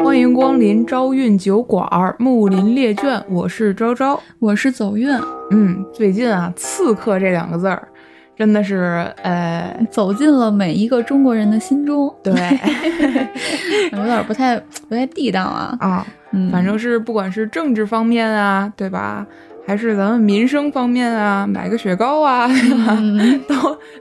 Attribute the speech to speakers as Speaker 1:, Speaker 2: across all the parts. Speaker 1: 欢迎光临朝韵酒馆儿，木林列卷，我是昭昭。
Speaker 2: 我是走运，
Speaker 1: 嗯，最近啊，“刺客”这两个字儿，真的是呃，
Speaker 2: 走进了每一个中国人的 心中。
Speaker 1: 对
Speaker 2: 有点不太不太地道啊。
Speaker 1: 啊，
Speaker 2: 嗯，
Speaker 1: 反正是不管是政治方面啊，对吧？还是咱们民生方面啊，买个雪糕啊，
Speaker 2: 嗯
Speaker 1: 都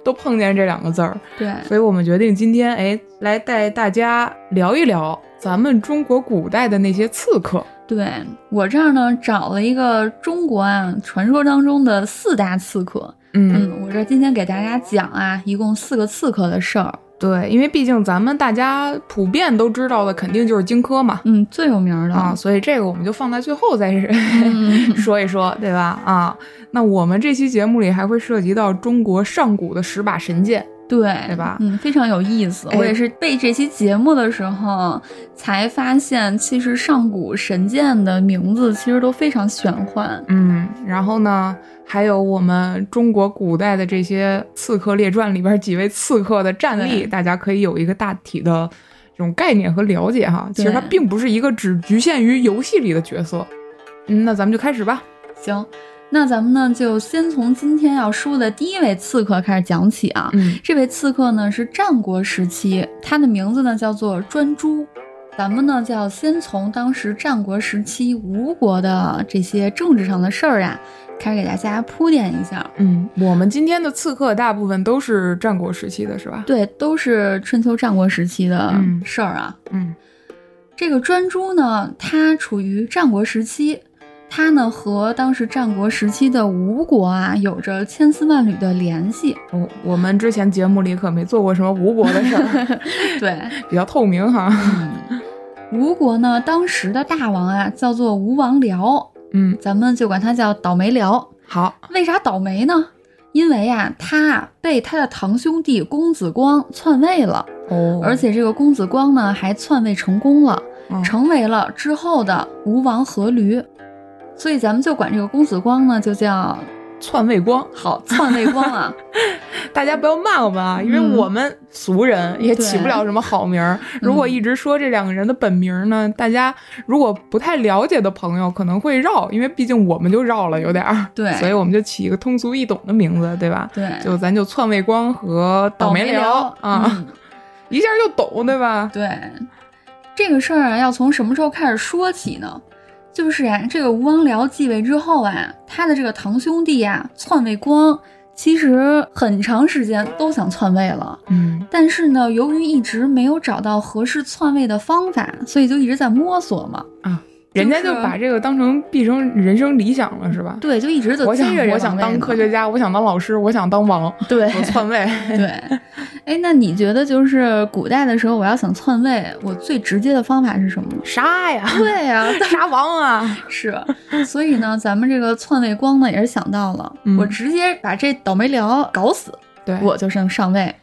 Speaker 1: 都碰见这两个字儿。
Speaker 2: 对，
Speaker 1: 所以我们决定今天哎，来带大家聊一聊咱们中国古代的那些刺客。
Speaker 2: 对我这儿呢找了一个中国啊传说当中的四大刺客。
Speaker 1: 嗯，
Speaker 2: 嗯，我这今天给大家讲啊，一共四个刺客的事儿。
Speaker 1: 对，因为毕竟咱们大家普遍都知道的，肯定就是荆轲嘛。
Speaker 2: 嗯，最有名儿的
Speaker 1: 啊，所以这个我们就放在最后再是
Speaker 2: 嗯
Speaker 1: 说一说，对吧？啊，那我们这期节目里还会涉及到中国上古的十把神剑，
Speaker 2: 对，
Speaker 1: 对吧
Speaker 2: 嗯，非常有意思。
Speaker 1: 哎
Speaker 2: 我也是背这期节目的时候才发现，其实上古神剑的名字其实都非常玄幻。
Speaker 1: 嗯，然后呢，还有我们中国古代的这些《刺客列传》里边几位刺客的战力，
Speaker 2: 对
Speaker 1: 大家可以有一个大体的这种概念和了解哈。其实它
Speaker 2: 对
Speaker 1: 并不是一个只局限于游戏里的角色。嗯，那咱们就开始吧。
Speaker 2: 行，那咱们呢就先从今天要说的第一位刺客开始讲起啊。
Speaker 1: 嗯
Speaker 2: 这位刺客呢是战国时期，他的名字呢叫做专诸。咱们呢就要先从当时战国时期吴国的这些政治上的事儿啊，开始给大家铺垫一下。
Speaker 1: 嗯，我们今天的刺客大部分都是战国时期的，是吧？
Speaker 2: 对，都是春秋战国时期的
Speaker 1: 嗯
Speaker 2: 事儿啊。
Speaker 1: 嗯
Speaker 2: 这个专诸呢，它处于战国时期，它呢和当时战国时期的吴国啊有着千丝万缕的联系。
Speaker 1: 我嗯我们之前节目里可没做过什么吴国的事 儿，
Speaker 2: 对，
Speaker 1: 比较透明哈。
Speaker 2: 嗯，吴国呢当时的大王啊叫做吴王僚，
Speaker 1: 嗯，
Speaker 2: 咱们就管他叫倒霉僚。
Speaker 1: 好，
Speaker 2: 为啥倒霉呢？因为啊，他啊被他的堂兄弟公子光篡位了，
Speaker 1: 哦
Speaker 2: 而且这个公子光呢还篡位成功了。
Speaker 1: 成
Speaker 2: 成为了之后的吴王阖闾，所以咱们就管这个公子光呢，就叫
Speaker 1: 篡位光，
Speaker 2: 好篡位光 啊。
Speaker 1: 大家不要骂我们啊，因为
Speaker 2: 嗯
Speaker 1: 我们俗人也起不了什么好名儿。如果一直说这两个人的本名呢，大家如果不太了解的朋友可能会绕，因为毕竟我们就绕了有点儿。
Speaker 2: 对
Speaker 1: 所以我们就起一个通俗易懂的名字，对吧？
Speaker 2: 对，
Speaker 1: 就咱就篡位光和倒霉
Speaker 2: 僚
Speaker 1: 聊啊，
Speaker 2: 嗯
Speaker 1: 一下就懂，对吧？
Speaker 2: 对，这个事儿啊，要从什么时候开始说起呢？就是啊，这个吴王僚继位之后啊，他的这个堂兄弟啊，篡位光，其实很长时间都想篡位了，
Speaker 1: 嗯
Speaker 2: 但是呢，由于一直没有找到合适篡位的方法，所以就一直在摸索嘛。
Speaker 1: 啊，人家就
Speaker 2: 就是
Speaker 1: 把这个当成毕生人生理想了，是吧？
Speaker 2: 对，就一直就
Speaker 1: 我想
Speaker 2: 追着这
Speaker 1: 我想
Speaker 2: 王位
Speaker 1: 当
Speaker 2: 嘛
Speaker 1: 科学家，我想当老师，我想当 王，
Speaker 2: 对
Speaker 1: 我篡位。？
Speaker 2: 对，哎，那你觉得就是古代的时候，我要想篡位，我最直接的方法是什么呢
Speaker 1: 杀呀，
Speaker 2: 对呀、
Speaker 1: 杀王啊！
Speaker 2: 是，所以呢，咱们这个篡位光呢也是想到了，
Speaker 1: 嗯
Speaker 2: 我直接把这倒霉僚搞死，
Speaker 1: 对我
Speaker 2: 我就是能上位。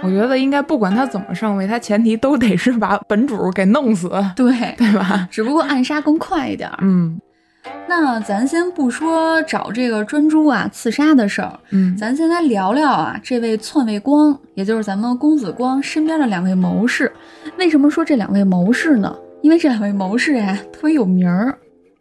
Speaker 1: 我觉得应该不管他怎么上位，他前提都得是把本主给弄死，
Speaker 2: 对，
Speaker 1: 对吧？
Speaker 2: 只不过暗杀更快一点儿。
Speaker 1: 嗯
Speaker 2: 那咱先不说找这个专诸啊刺杀的事儿，
Speaker 1: 嗯
Speaker 2: 咱先来聊聊啊这位篡位光，也就是咱们公子光身边的两位谋士。为什么说这两位谋士呢？因为这两位谋士啊特别有名儿。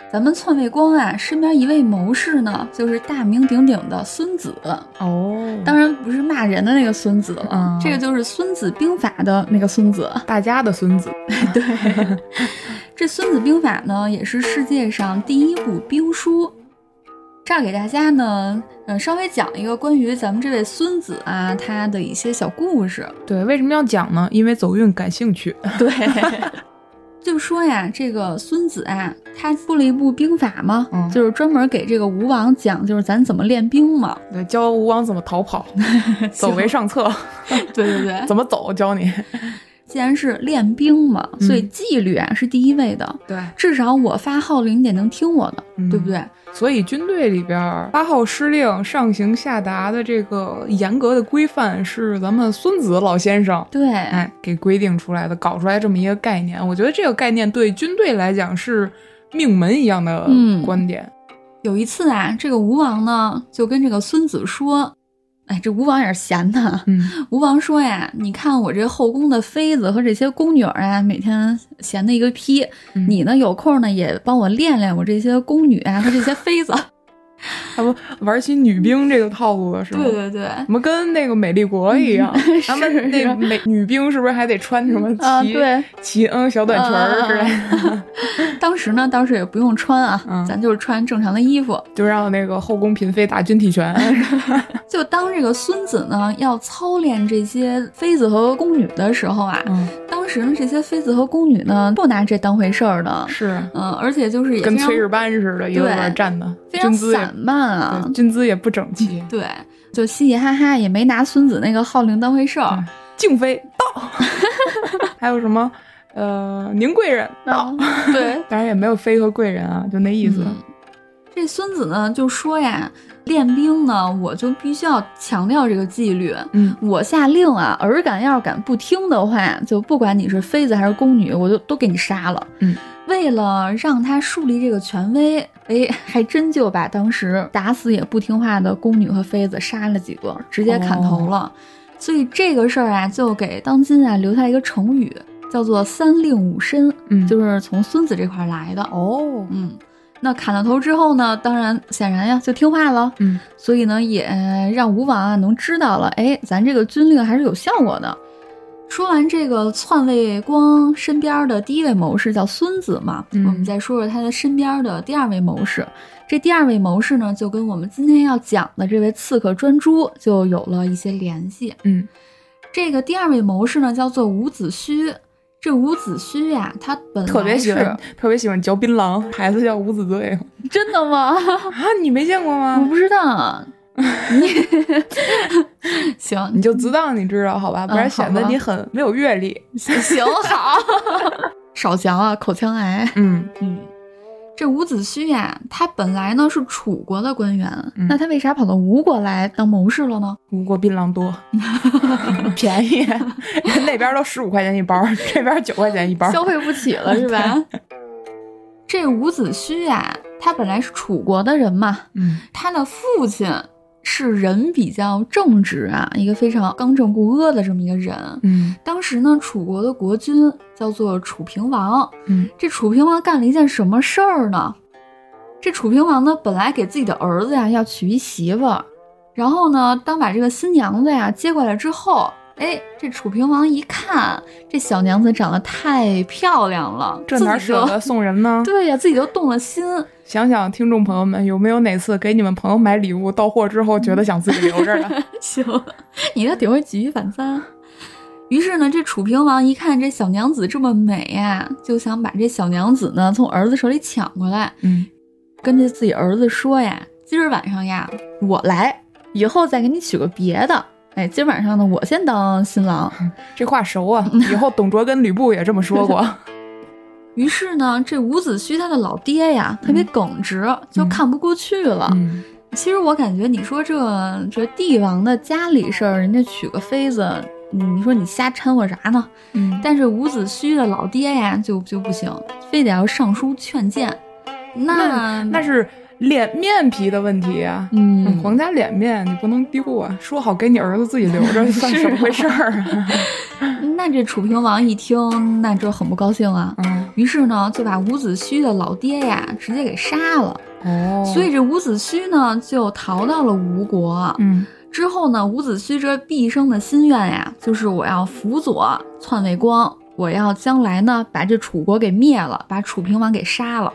Speaker 2: 咱们篡位光啊身边一位谋士呢，就是大名鼎鼎的孙子，
Speaker 1: 哦，
Speaker 2: 当然不是骂人的那个孙子了，
Speaker 1: 嗯
Speaker 2: 这个就是《孙子兵法》的那个孙子。
Speaker 1: 大家的孙子，
Speaker 2: 对，这《孙子兵法》呢，也是世界上第一部兵书。这儿给大家呢，呃，稍微讲一个关于咱们这位孙子啊，他的一些小故事。
Speaker 1: 对，为什么要讲呢？因为走运感兴趣。
Speaker 2: 对，就说呀，这个孙子啊，他出了一部兵法嘛，
Speaker 1: 嗯
Speaker 2: 就是专门给这个吴王讲，就是咱怎么练兵嘛。
Speaker 1: 对，教吴王怎么逃跑，走为上策，
Speaker 2: 对对对，
Speaker 1: 怎么走，教你。
Speaker 2: 既然是练兵嘛，所以纪律啊、是第一位的。
Speaker 1: 对，
Speaker 2: 至少我发号令，你得能听我的，
Speaker 1: 嗯
Speaker 2: 对不对？
Speaker 1: 所以军队里边儿八号施令、上行下达的这个严格的规范，是咱们孙子老先生
Speaker 2: 对，
Speaker 1: 哎给规定出来的，搞出来这么一个概念。我觉得这个概念对军队来讲是命门一样的
Speaker 2: 嗯
Speaker 1: 观点。
Speaker 2: 有一次啊，这个吴王呢就跟这个孙子说：“哎，这吴王也是闲的。
Speaker 1: 嗯
Speaker 2: 吴王说呀：“你看我这后宫的妃子和这些宫女儿啊，每天闲的一个批。
Speaker 1: 嗯
Speaker 2: 你呢，有空呢也帮我练练我这些宫女啊和这些妃子。
Speaker 1: 他们玩起女兵这个套路了，是吗？
Speaker 2: 对嗯对对，
Speaker 1: 怎么跟那个美丽国一样？他啊们那美女兵是不是还得穿什么旗、
Speaker 2: 啊对啊
Speaker 1: 旗嗯小短裙儿之类的？
Speaker 2: 当时呢，当时也不用穿啊，
Speaker 1: 嗯
Speaker 2: 咱就是穿正常的衣服。
Speaker 1: 就让那个后宫嫔妃打军体拳。
Speaker 2: 啊就当这个孙子呢要操练这些妃子和宫女的时候啊，
Speaker 1: 嗯，
Speaker 2: 当时呢这些妃子和宫女呢不拿这当回事儿的，
Speaker 1: 是啊
Speaker 2: 嗯，而且就是也
Speaker 1: 跟
Speaker 2: 非常
Speaker 1: 炊事班似的，一个个
Speaker 2: 对
Speaker 1: 站的，
Speaker 2: 非常
Speaker 1: 军姿也
Speaker 2: 散漫啊，
Speaker 1: 对军姿也不整齐。
Speaker 2: 对，就嘻嘻哈哈，也没拿孙子那个号令当回事儿
Speaker 1: 嗯。敬妃到， 还有什么？呃，宁贵人到，
Speaker 2: 啊 对，
Speaker 1: 当然也没有妃和贵人啊，就那意思。
Speaker 2: 嗯这孙子呢就说呀，练兵呢，我就必须要强调这个纪律。
Speaker 1: 嗯
Speaker 2: 我下令啊，儿敢要是敢不听的话，就不管你是妃子还是宫女，我就都给你杀了。
Speaker 1: 嗯，
Speaker 2: 为了让他树立这个权威， 哎，还真就把当时打死也不听话的宫女和妃子杀了几个，直接砍头
Speaker 1: 哦
Speaker 2: 了。所以这个事儿啊，就给当今啊留下一个成语，叫做“三令五申”，
Speaker 1: 嗯，
Speaker 2: 就是从孙子这块儿来的。
Speaker 1: 哦，
Speaker 2: 嗯，那砍了头之后呢，当然显然呀就听话了，
Speaker 1: 嗯
Speaker 2: 所以呢也呃让吴王啊能知道了，哎，咱这个军令还是有效果的。说完这个篡位光身边的第一位谋士叫孙子嘛，
Speaker 1: 嗯
Speaker 2: 我们再说说他的身边的第二位谋士。这第二位谋士呢，就跟我们今天要讲的这位刺客专诸就有了一些联系。
Speaker 1: 嗯
Speaker 2: 这个第二位谋士呢，叫做伍子胥。这伍子胥呀、他本来
Speaker 1: 特别喜
Speaker 2: 是
Speaker 1: 欢，特别喜欢嚼槟榔，孩子叫五子醉
Speaker 2: 真的吗？
Speaker 1: 啊，你没见过
Speaker 2: 我
Speaker 1: 吗？
Speaker 2: 不知道 啊，你行
Speaker 1: 你就自当你知道好吧，不然
Speaker 2: 嗯好
Speaker 1: 显得
Speaker 2: 吧
Speaker 1: 你很没有阅历。
Speaker 2: 行好， 少嚼啊，口腔癌。
Speaker 1: 嗯
Speaker 2: 嗯，这伍子胥呀、他本来呢是楚国的官员，
Speaker 1: 嗯
Speaker 2: 那他为啥跑到吴国来当谋士了 呢？
Speaker 1: 吴国槟榔多，便 宜， 那边都十五块钱一包，这边九块钱一包。
Speaker 2: 消费不起了是吧？ 这伍子胥呀、他本来是楚国的人嘛，
Speaker 1: 嗯
Speaker 2: 他的父亲是人比较正直啊，一个非常刚正不阿的这么一个人。
Speaker 1: 嗯
Speaker 2: 当时呢，楚国的国君叫做楚平王。
Speaker 1: 嗯，
Speaker 2: 这楚平王干了一件什么事儿呢？这楚平王呢，本来给自己的儿子呀要娶一媳妇儿，然后呢，当把这个新娘子呀接过来之后，哎，这楚平王一看，这小娘子长得太漂亮了，
Speaker 1: 这哪
Speaker 2: 自己就
Speaker 1: 舍得送人呢？
Speaker 2: 对呀、自己就动了心。
Speaker 1: 想想听众朋友们，有没有哪次给你们朋友买礼物到货之后，觉得想自己留着 的？
Speaker 2: 行，你这顶会举一反三。于是呢，这楚平王一看这小娘子这么美呀、就想把这小娘子呢从儿子手里抢过来，
Speaker 1: 嗯，
Speaker 2: 跟这自己儿子说呀：“今儿晚上呀，我来，以后再给你娶个别的。哎，今儿晚上呢，我先当新郎。
Speaker 1: 这话熟啊，以后董卓跟吕布也这么说 过。”
Speaker 2: 于是呢，这伍子胥他的老爹呀，特别耿直，就看不过去了。
Speaker 1: 嗯
Speaker 2: 其实我感觉，你说这这帝王的家里事儿，人家娶个妃子，你你说你瞎掺和啥呢？
Speaker 1: 嗯，
Speaker 2: 但是伍子胥的老爹呀，就就不行，非得要上书劝谏。那
Speaker 1: 那是脸面皮的问题啊。
Speaker 2: 嗯，
Speaker 1: 皇家脸面你不能丢啊！说好给你儿子自己留着，算
Speaker 2: 是
Speaker 1: 什
Speaker 2: 啊
Speaker 1: 么回事儿啊？
Speaker 2: 那这楚平王一听，那这很不高兴 啊。
Speaker 1: 嗯，
Speaker 2: 于是呢，就把伍子胥的老爹呀，直接给杀了。
Speaker 1: 哦
Speaker 2: 所以这伍子胥呢，就逃到了吴国。
Speaker 1: 嗯
Speaker 2: 之后呢，伍子胥这毕生的心愿呀，就是我要辅佐篡位光，我要将来呢，把这楚国给灭了，把楚平王给杀了。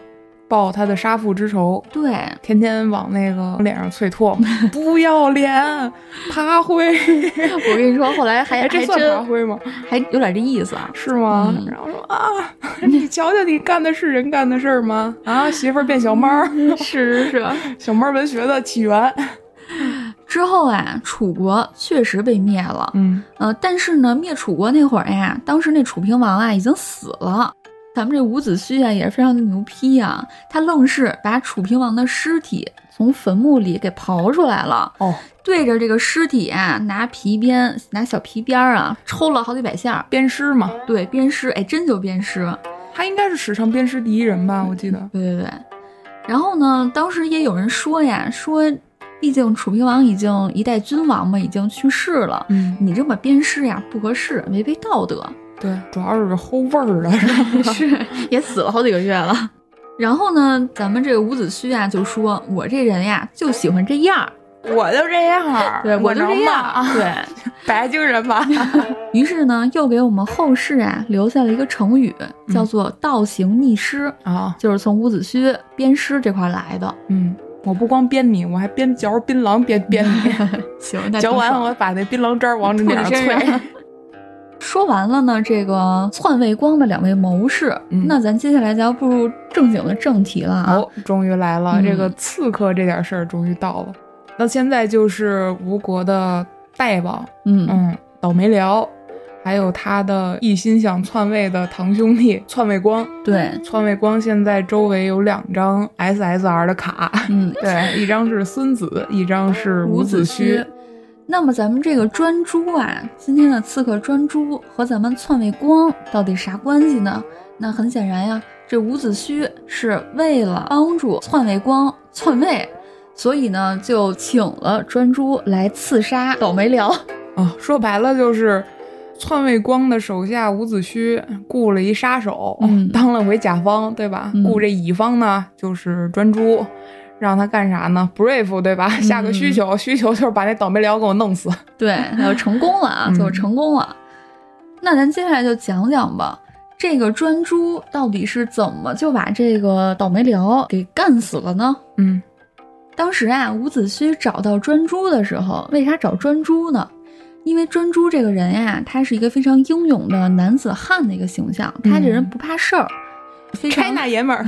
Speaker 1: 报他的杀父之仇，
Speaker 2: 对，
Speaker 1: 天天往那个脸上啐唾 沫，不要脸，爬灰，
Speaker 2: 我跟你说，后来还
Speaker 1: 哎，
Speaker 2: 还
Speaker 1: 这
Speaker 2: 真
Speaker 1: 算爬灰吗？
Speaker 2: 还有点这意思啊。
Speaker 1: 是吗？
Speaker 2: 嗯
Speaker 1: 然后说啊， 你瞧瞧，你干的是人干的事儿吗？啊，媳妇儿变小猫 儿，
Speaker 2: 是是是。
Speaker 1: 小猫儿文学的起源。
Speaker 2: 之后啊，楚国确实被灭了。
Speaker 1: 嗯
Speaker 2: 呃，但是呢，灭楚国那会儿呀，当时那楚平王啊已经死了。咱们这伍子胥啊也是非常的牛批啊，他愣是把楚平王的尸体从坟墓里给刨出来了，
Speaker 1: 哦，
Speaker 2: 对着这个尸体啊拿皮鞭、拿小皮鞭儿啊抽了好几百下儿，
Speaker 1: 鞭尸嘛，
Speaker 2: 对，鞭尸，哎，真就鞭尸。
Speaker 1: 他应该是史上鞭尸第一人吧？我记得。
Speaker 2: 对对对。然后呢，当时也有人说呀，说毕竟楚平王已经一代君王嘛，已经去世了，
Speaker 1: 嗯，
Speaker 2: 你这么鞭尸呀，不合适，违背道德。
Speaker 1: 对，主要是齁味儿了，是吧？
Speaker 2: 是也死了好几个月了。然后呢，咱们这个伍子胥啊，就说我这人呀，就喜欢这样儿，
Speaker 1: 我就这样 儿，
Speaker 2: 对
Speaker 1: 我
Speaker 2: 就这
Speaker 1: 能
Speaker 2: 样
Speaker 1: 骂
Speaker 2: 儿，对。
Speaker 1: 白京人吧？
Speaker 2: 于是呢，又给我们后世啊留下了一个成语，叫做“倒行逆施”，
Speaker 1: 啊，
Speaker 2: 就是从伍子胥鞭尸这块来的。
Speaker 1: 嗯，我不光鞭你，我还边嚼槟榔边鞭 你，
Speaker 2: 行，那
Speaker 1: 嚼完
Speaker 2: 我
Speaker 1: 我把那槟榔汁儿往你脸上啐。。
Speaker 2: 说完了呢，这个篡位光的两位谋士，
Speaker 1: 嗯
Speaker 2: 那咱接下来就要步入正经的正题了啊。
Speaker 1: 哦，终于来了，
Speaker 2: 嗯
Speaker 1: 这个刺客这点事儿终于到了。那现在就是吴国的大王，
Speaker 2: 嗯
Speaker 1: 嗯，倒霉僚，还有他的一心想篡位的堂兄弟篡位光。
Speaker 2: 对，
Speaker 1: 篡位光现在周围有两张 SSR 的 卡，
Speaker 2: 嗯，
Speaker 1: 对，一张是孙子，一张 是伍子胥。。
Speaker 2: 那么咱们这个专诸啊，今天的刺客专诸和咱们篡位光到底啥关系呢？那很显然呀，这伍子胥是为了帮助篡位光篡位，所以呢就请了专诸来刺杀倒霉僚。
Speaker 1: 啊，说白了就是，篡位光的手下伍子胥雇了一杀手，
Speaker 2: 嗯
Speaker 1: 当了回甲方，对吧？
Speaker 2: 嗯
Speaker 1: 雇这乙方呢，就是专诸，让他干啥呢？brief，对吧？下个需求，需求就是把那倒霉僚给我弄死。
Speaker 2: 对，他就成功了啊，
Speaker 1: 嗯
Speaker 2: 最后成功了。那咱接下来就讲讲吧，这个专诸到底是怎么就把这个倒霉僚给干死了呢？
Speaker 1: 嗯，
Speaker 2: 当时啊，伍子胥找到专诸的时候，为啥找专诸呢？因为专诸这个人呀、他是一个非常英勇的男子汉的一个形象，他这人不怕事儿，非
Speaker 1: 拆
Speaker 2: 常，
Speaker 1: 那爷们儿，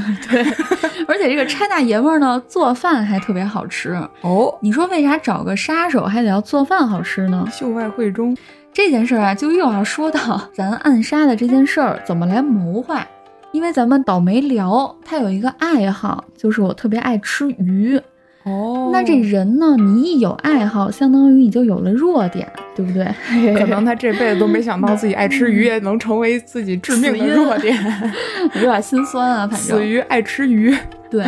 Speaker 2: 而且这个拆大爷们儿呢，做饭还特别好吃。
Speaker 1: 哦，
Speaker 2: 你说为啥找个杀手还得要做饭好吃呢？
Speaker 1: 秀外慧中，
Speaker 2: 这件事儿啊，就又要说到 咱暗杀的这件事儿怎么来谋划。因为咱们倒霉聊，他有一个爱好，就是我特别爱吃鱼。
Speaker 1: 哦
Speaker 2: 那这人呢，你一有爱好，相当于你就有了弱点，对 不对？
Speaker 1: 可能他这辈子都没想到自己爱吃鱼也能成为自己致命的
Speaker 2: 死因
Speaker 1: 弱点，
Speaker 2: 有点心酸啊，反
Speaker 1: 死
Speaker 2: 正
Speaker 1: 于爱吃鱼。
Speaker 2: 对。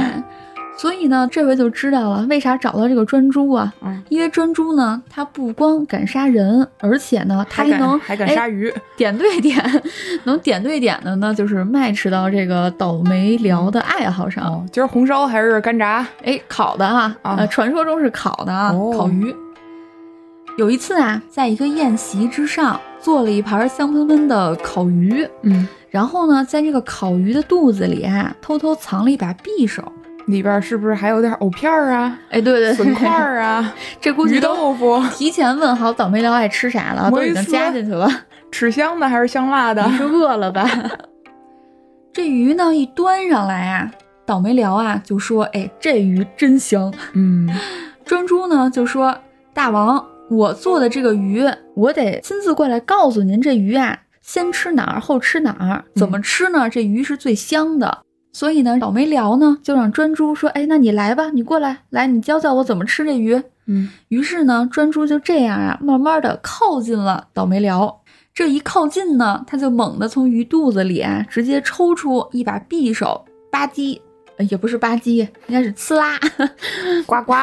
Speaker 2: 所以呢，这回就知道了为啥找到这个专诸啊，
Speaker 1: 嗯
Speaker 2: 因为专诸呢，他不光敢杀人，而且呢，他
Speaker 1: 还敢
Speaker 2: 能
Speaker 1: 还敢
Speaker 2: 哎
Speaker 1: 杀鱼，
Speaker 2: 点对点， 能点对点的呢，就是 match 到这个倒霉聊的爱好上。
Speaker 1: 哦，今儿红烧还是干炸？
Speaker 2: 哎，烤的啊，
Speaker 1: 啊
Speaker 2: 呃，传说中是烤的啊，
Speaker 1: 哦
Speaker 2: 烤鱼。有一次啊，在一个宴席之上，做了一盘香喷喷的烤鱼，
Speaker 1: 嗯，
Speaker 2: 然后呢，在这个烤鱼的肚子里啊，偷偷藏了一把匕首。
Speaker 1: 里边是不是还有点藕片儿啊、
Speaker 2: 哎，对对
Speaker 1: 笋
Speaker 2: 对，
Speaker 1: 块儿啊？
Speaker 2: 这估计
Speaker 1: 鱼
Speaker 2: 都
Speaker 1: 豆腐
Speaker 2: 提前问好倒霉聊爱吃啥了，
Speaker 1: 摩
Speaker 2: 都
Speaker 1: 伊
Speaker 2: 已经
Speaker 1: 斯
Speaker 2: 加进去 了。
Speaker 1: 吃香的还是香辣的？
Speaker 2: 你是饿了吧？这鱼呢一端上来啊，倒霉聊啊就说：“哎，这鱼真香。
Speaker 1: 嗯，”
Speaker 2: 专诸呢就说：“大王，我做的这个鱼，我得亲自过来告诉您，这鱼啊，先吃哪儿后吃哪儿，怎么吃呢？这鱼是最香的。”所以呢，倒霉聊呢就让专诸说：“哎，那你来吧，你过来，来，你教教我怎么吃这鱼。”
Speaker 1: 嗯，
Speaker 2: 于是呢，专诸就这样啊，慢慢的靠近了倒霉聊。这一靠近呢，他就猛地从鱼肚子里啊，直接抽出一把匕首，吧唧，呃也不是吧唧，应该是呲啦，
Speaker 1: 呱 呱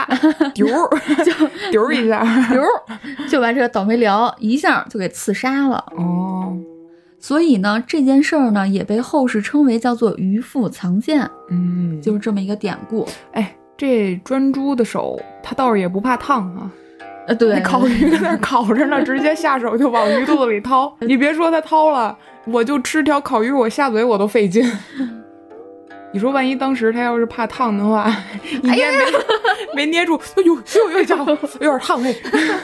Speaker 1: 丢儿 丢儿一下。
Speaker 2: 流儿就把这个倒霉聊一下就给刺杀了。
Speaker 1: 哦，
Speaker 2: 所以呢，这件事儿呢，也被后世称为叫做“鱼腹藏剑
Speaker 1: 嗯”，，
Speaker 2: 就是这么一个典故。
Speaker 1: 哎，这专诸的手，他倒是也不怕烫啊。
Speaker 2: 呃，对
Speaker 1: 那，烤鱼在那儿烤着呢，直接下手就往鱼肚子里 掏。你别说他掏了，我就吃条烤鱼，我下嘴我都费劲。 你说万一当时他要是怕烫的话，一
Speaker 2: 哎
Speaker 1: 捏没、 没捏住，哎呦呦呦，家伙有点烫嘿。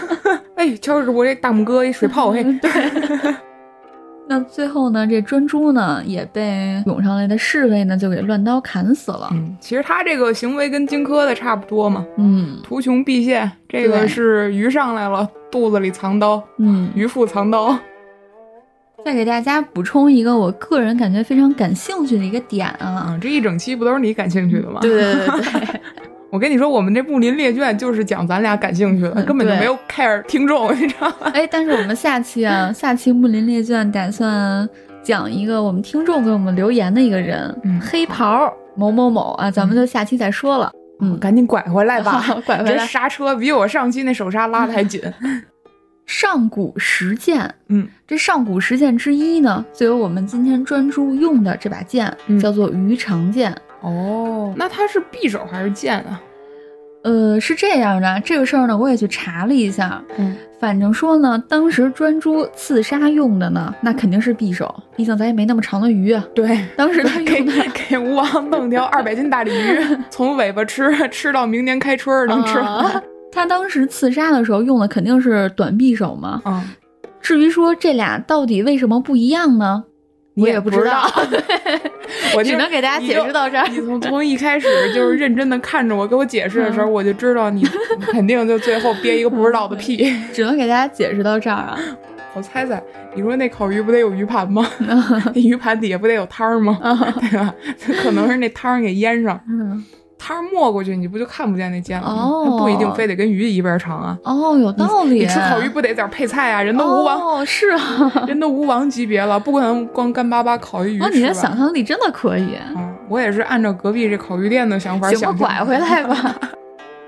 Speaker 1: 哎，瞧着我这大拇哥一水泡嘿。
Speaker 2: 嗯那最后呢，这专诸呢也被涌上来的侍卫呢就给乱刀砍死了。
Speaker 1: 嗯，其实他这个行为跟荆轲的差不多嘛，
Speaker 2: 嗯
Speaker 1: 图穷匕见。这个
Speaker 2: 对
Speaker 1: 是鱼上来了，肚子里藏刀，
Speaker 2: 嗯，
Speaker 1: 鱼腹藏刀。
Speaker 2: 再给大家补充一个我个人感觉非常感兴趣的一个点啊，
Speaker 1: 啊，这一整期不都是你感兴趣的吗？
Speaker 2: 对对对对，
Speaker 1: 我跟你说，我们这木林猎卷就是讲咱俩感兴趣的，
Speaker 2: 嗯
Speaker 1: 根本就
Speaker 2: 对
Speaker 1: 没有 care 听众，你知道吗？
Speaker 2: 哎，但是我们下期啊，下期木林列卷打算讲一个我们听众给我们留言的一个人，
Speaker 1: 嗯
Speaker 2: 黑袍某某某啊，咱们就下期再说了。嗯，
Speaker 1: 赶紧拐回来吧
Speaker 2: 拐回来嗯
Speaker 1: 这刹车比我上期那手刹拉的还紧。
Speaker 2: 上古十剑，
Speaker 1: 嗯，
Speaker 2: 这上古十剑之一呢，就有我们今天专注用的这把剑，
Speaker 1: 嗯
Speaker 2: 叫做鱼肠剑。
Speaker 1: 哦，那它是匕首还是剑啊？
Speaker 2: 呃，是这样的，这个事儿呢，我也去查了一下，
Speaker 1: 嗯，
Speaker 2: 反正说呢，当时专诸刺杀用的呢，那肯定是匕首，毕竟咱也没那么长的鱼啊。
Speaker 1: 对，
Speaker 2: 当时他
Speaker 1: 给
Speaker 2: 用的
Speaker 1: 给吴王弄条二百斤大鲤 鱼，从尾巴吃吃到明年开春儿能吃完。
Speaker 2: 啊他当时刺杀的时候用的肯定是短匕首嘛。
Speaker 1: 嗯，
Speaker 2: 至于说这俩到底为什么不一样呢？
Speaker 1: 你
Speaker 2: 我
Speaker 1: 也
Speaker 2: 也
Speaker 1: 不
Speaker 2: 知
Speaker 1: 知道 我就
Speaker 2: 只能给大家解释到这儿
Speaker 1: 你就你从从一开始就是认真的看着我给我解释的时候，
Speaker 2: 嗯
Speaker 1: 我就知 道你肯定就最后憋一个不知道的屁。
Speaker 2: 只能给大家解释到这儿啊。
Speaker 1: 我猜猜，你说那烤鱼不得有鱼盘 吗？那鱼盘底下不得有汤儿吗？对吧？可能是那汤儿给淹上，
Speaker 2: 嗯，
Speaker 1: 汤儿没过去，你不就看不见那尖了吗？
Speaker 2: 哦
Speaker 1: 它不一定非得跟鱼一边长啊。
Speaker 2: 哦，有道理。
Speaker 1: 你吃烤鱼不得点儿配菜啊？人都吴王，
Speaker 2: 哦，是啊。
Speaker 1: 人都吴王级别了，不可能光干巴巴烤一鱼吃吧。
Speaker 2: 哦，你的想象力真的可以。
Speaker 1: 嗯，我也是按照隔壁这烤鱼店的想法
Speaker 2: 行吧，
Speaker 1: 想。
Speaker 2: 拐回来 吧。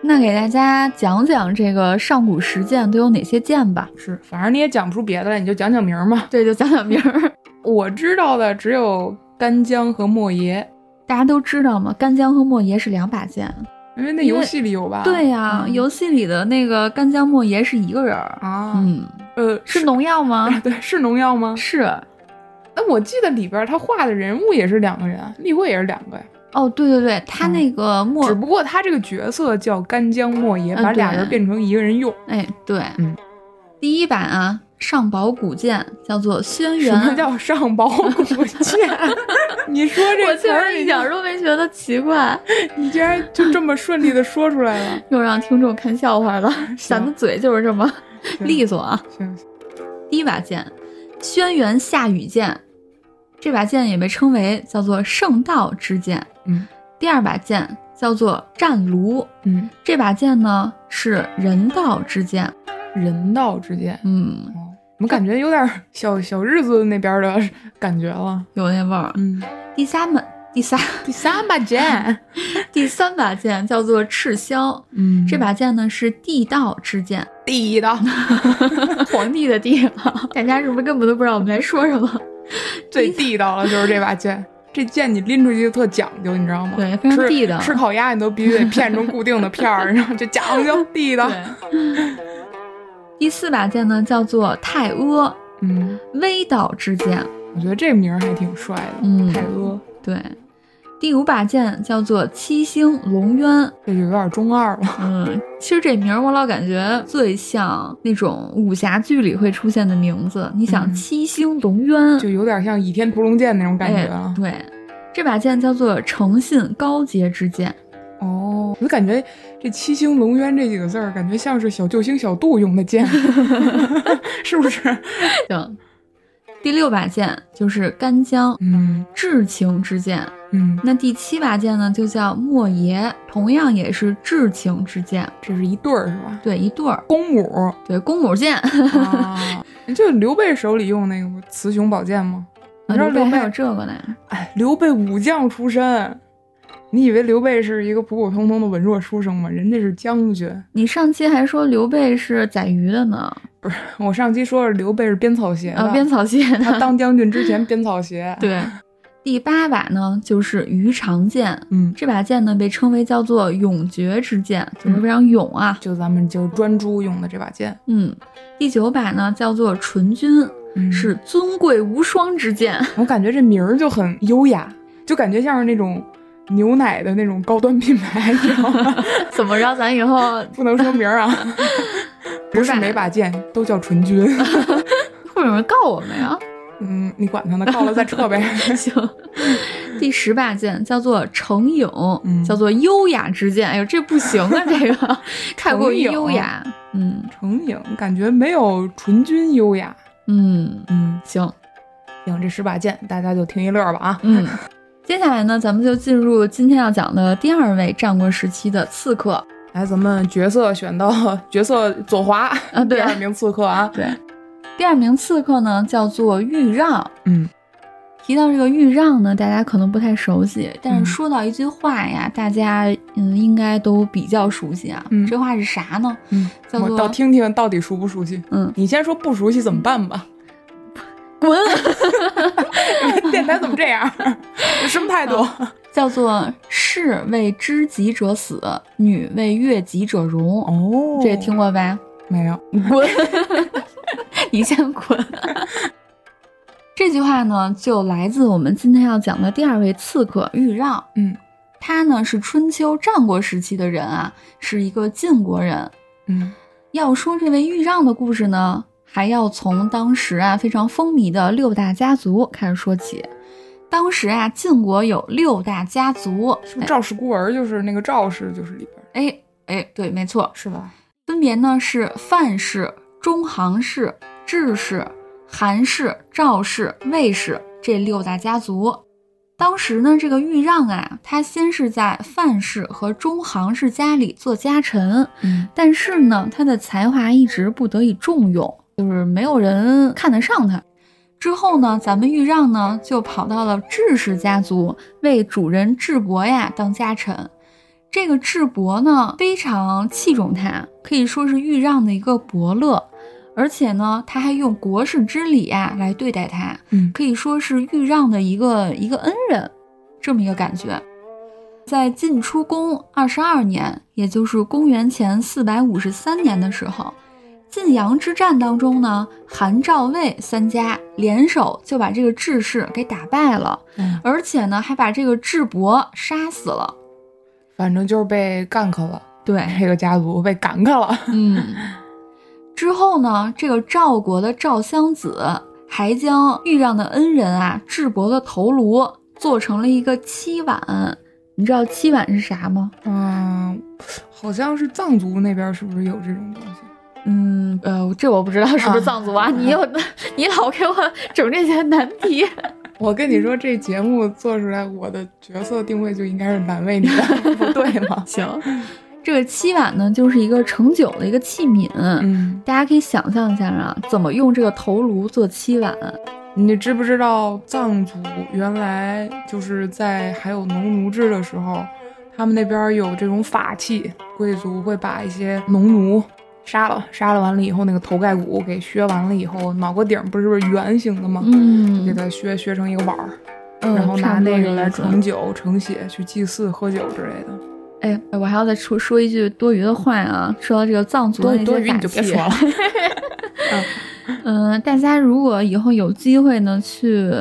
Speaker 2: 那给大家讲讲这个上古十剑都有哪些剑吧。
Speaker 1: 是，反正你也讲不出别的来，你就讲讲名儿嘛。
Speaker 2: 对，就讲讲名儿。
Speaker 1: 我知道的只有干将和莫邪，
Speaker 2: 大家都知道嘛，干将和莫邪是两把剑。
Speaker 1: 因为那
Speaker 2: 因为
Speaker 1: 游戏里有吧？
Speaker 2: 对呀、
Speaker 1: 嗯
Speaker 2: 游戏里的那个干将莫邪是一个人儿。
Speaker 1: 啊，
Speaker 2: 嗯，
Speaker 1: 呃，？
Speaker 2: 是农药吗
Speaker 1: 对， 是农药吗？
Speaker 2: 是。
Speaker 1: 哎，我记得里边他画的人物也是两个人啊，例会也是两个呀，
Speaker 2: 哦，对对
Speaker 1: 嗯
Speaker 2: 对，他那个莫
Speaker 1: 只，不过他这个角色叫干将莫邪，
Speaker 2: 嗯
Speaker 1: 把俩
Speaker 2: 对
Speaker 1: 人变成一个人用。
Speaker 2: 哎，对，
Speaker 1: 嗯
Speaker 2: 第一把啊，上宝古剑叫做轩辕。
Speaker 1: 什么叫上宝古 剑？你说
Speaker 2: 我
Speaker 1: 这词
Speaker 2: 竟
Speaker 1: 儿，
Speaker 2: 然一
Speaker 1: 你
Speaker 2: 点儿都没觉得奇怪，
Speaker 1: 你竟然就这么顺利的说出来 了，
Speaker 2: 又让听众看笑话了。咱们嘴就是这么
Speaker 1: 行
Speaker 2: 利索啊。
Speaker 1: 行行
Speaker 2: 第一把剑，轩辕下雨剑，这把剑也被称为叫做圣道之剑。
Speaker 1: 嗯，
Speaker 2: 第二把剑叫做战卢，
Speaker 1: 嗯，
Speaker 2: 这把剑呢是人道之剑。
Speaker 1: 人道之剑，
Speaker 2: 嗯，
Speaker 1: 哦，我感觉有点儿小小日子那边的感觉了。
Speaker 2: 有那味儿。
Speaker 1: 嗯，
Speaker 2: 第三把，第三，
Speaker 1: 第三把剑，
Speaker 2: 第三把剑叫做赤霄，
Speaker 1: 嗯
Speaker 2: 这把剑呢是地道 之剑，
Speaker 1: 第一道
Speaker 2: 皇帝的帝啊。大家是不是根本都不知道我们在说什么？
Speaker 1: 最地道了，就是这把剑。这剑你拎出去就特讲究，你知道吗？
Speaker 2: 对非常
Speaker 1: 吃
Speaker 2: 地道
Speaker 1: 吃烤鸭你都必须得片成固定的片儿，然后就讲究地道。
Speaker 2: 对。 第四把剑呢叫做太阿，
Speaker 1: 嗯，
Speaker 2: 微道之剑。
Speaker 1: 我觉得这名儿还挺帅的，
Speaker 2: 嗯
Speaker 1: 太阿，
Speaker 2: 对，第五把剑叫做七星龙渊。
Speaker 1: 这就有点中二了。
Speaker 2: 嗯，其实这名儿我老感觉最像那种武侠剧里会出现的名字。你想，
Speaker 1: 嗯
Speaker 2: 七星龙渊
Speaker 1: 就有点像《倚天屠龙剑》那种感觉啊
Speaker 2: 哎。。对，这把剑叫做诚信高洁之剑。
Speaker 1: 哦，我就感觉这“七星龙渊”这几个字儿，感觉像是小救星小度用的剑， 是不是？
Speaker 2: 行，第六把剑就是干将
Speaker 1: 嗯
Speaker 2: 至情之剑。
Speaker 1: 嗯，
Speaker 2: 那第七把剑呢，就叫莫邪，同样也是至情之剑。
Speaker 1: 这是一对儿是吧？
Speaker 2: 对，一对儿，
Speaker 1: 公母
Speaker 2: 对，公母剑。
Speaker 1: 啊，就刘备手里用那个不雌雄宝剑吗？你知道
Speaker 2: 刘
Speaker 1: 刘
Speaker 2: 备
Speaker 1: 备
Speaker 2: 还有这个呢？
Speaker 1: 哎，刘备武将出身，你以为刘备是一个普普通通的文弱书生吗？人家是将军。
Speaker 2: 你上期还说刘备是宰鱼的呢，
Speaker 1: 我上期说是刘备是编草鞋的，
Speaker 2: 啊， 编草鞋
Speaker 1: 他
Speaker 2: 的。。，
Speaker 1: 当将军之前编草鞋
Speaker 2: 对，第八把呢就是鱼肠剑，
Speaker 1: 嗯，
Speaker 2: 这把剑呢被称为叫做永绝之剑，就是非常勇啊。
Speaker 1: 就咱们今儿专诸用的这把剑，
Speaker 2: 嗯，第九把呢叫做纯君，
Speaker 1: 嗯
Speaker 2: 是尊贵无双之剑。
Speaker 1: 我感觉这名儿就很优雅，就感觉像是那种牛奶的那种高端品牌，你知道吗？
Speaker 2: 怎么着？咱以后
Speaker 1: 不能说名儿 啊，不是每把剑都叫纯君。
Speaker 2: 会有人告我们呀？
Speaker 1: 嗯，你管他呢，告了再撤呗。
Speaker 2: 行。第十把剑叫做成影，
Speaker 1: 嗯
Speaker 2: 叫做优雅之剑。哎呦，这不行啊，这个太过于
Speaker 1: 成影
Speaker 2: 优雅。嗯
Speaker 1: 成影感觉没有纯君优雅。
Speaker 2: 嗯，
Speaker 1: 嗯，
Speaker 2: 行，
Speaker 1: 行，这十把剑大家就听一乐儿吧啊。
Speaker 2: 嗯。接下来呢，咱们就进入今天要讲的第二位战国时期的刺客。
Speaker 1: 来，咱们角色选到角色左滑
Speaker 2: 啊对
Speaker 1: 第二名刺客啊。
Speaker 2: 对，第二名刺客呢叫做豫让。
Speaker 1: 嗯，
Speaker 2: 提到这个豫让呢，大家可能不太熟悉，但是
Speaker 1: 嗯
Speaker 2: 说到一句话呀，大家嗯应该都比较熟悉啊。
Speaker 1: 嗯
Speaker 2: 这话是啥呢？
Speaker 1: 嗯，
Speaker 2: 叫
Speaker 1: 我
Speaker 2: 做
Speaker 1: 倒听听到底熟不熟悉。
Speaker 2: 嗯，
Speaker 1: 你先说不熟悉怎么办 吧？
Speaker 2: 滚，
Speaker 1: 电台怎么这样？ 什么态度？
Speaker 2: 叫做士为知己者死，女为悦己者容。
Speaker 1: 哦
Speaker 2: 这听过吧？
Speaker 1: 没有？
Speaker 2: 滚， 你先滚。这句话呢，就来自我们今天要讲的第二位刺客豫让。
Speaker 1: 嗯
Speaker 2: 他呢是春秋战国时期的人啊，是一个晋国人。
Speaker 1: 嗯
Speaker 2: 要说这位豫让的故事呢，还要从当时啊非常风靡的六大家族开始说起。当时啊，晋国有六大家族，
Speaker 1: 是不是赵氏孤儿就是那个赵氏就是里边儿
Speaker 2: 哎哎，对，没错，
Speaker 1: 是吧？
Speaker 2: 分别呢是范氏、中行氏、智氏、韩氏、赵氏、魏氏这六大家族。当时呢，这个豫让啊，他先是在范氏和中行氏家里做家臣，
Speaker 1: 嗯
Speaker 2: 但是呢，他的才华一直不得以重用，就是没有人看得上他。之后呢，咱们豫让呢就跑到了智氏家族，为主人智伯呀当家臣。这个智伯呢非常器重他，可以说是豫让的一个伯乐，而且呢他还用国士之礼啊来对待他，
Speaker 1: 嗯
Speaker 2: 可以说是豫让的一个一个恩人，这么一个感觉。在晋出公二十二年，也就是公元前四百五十三年的时候，晋阳之战当中呢，韩、赵、魏三家联手就把这个智氏给打败了，
Speaker 1: 嗯，
Speaker 2: 而且呢还把这个智伯杀死了。
Speaker 1: 反正就是被干克了，
Speaker 2: 对，
Speaker 1: 这个家族被赶克了。
Speaker 2: 嗯，之后呢，这个赵国的赵襄子还将豫让的恩人啊智伯的头颅做成了一个漆碗。你知道漆碗是啥吗？
Speaker 1: 嗯，好像是藏族那边是不是有这种东西？
Speaker 2: 嗯，呃，这我不知道是不是
Speaker 1: 啊
Speaker 2: 藏族啊？你 有，你老给我整这些难 题。
Speaker 1: 我跟你说，这节目做出来，我的角色定位就应该是难为你 的，不对吗？
Speaker 2: 行，这个漆碗呢，就是一个盛酒的一个器皿。
Speaker 1: 嗯，
Speaker 2: 大家可以想象一下啊，怎么用这个头颅做漆碗？啊
Speaker 1: 你知不知道藏族原来就是在还有农奴制的时候，他们那边有这种法器，贵族会把一些农奴杀了，杀了完了以后，那个头盖骨给削完了以后，脑壳顶不是圆形的吗？给
Speaker 2: 嗯，
Speaker 1: 它削削成一个碗儿，
Speaker 2: 嗯
Speaker 1: 然后
Speaker 2: 差
Speaker 1: 拿
Speaker 2: 不多
Speaker 1: 那
Speaker 2: 这
Speaker 1: 个来
Speaker 2: 意思
Speaker 1: 盛酒、盛血去祭祀、喝酒之类的。
Speaker 2: 哎，我还要再说说一句多余的话啊，说到这个藏族的
Speaker 1: 多
Speaker 2: 那些
Speaker 1: 多余你就别说了
Speaker 2: 法器。。嗯、大家如果以后有机会呢，去，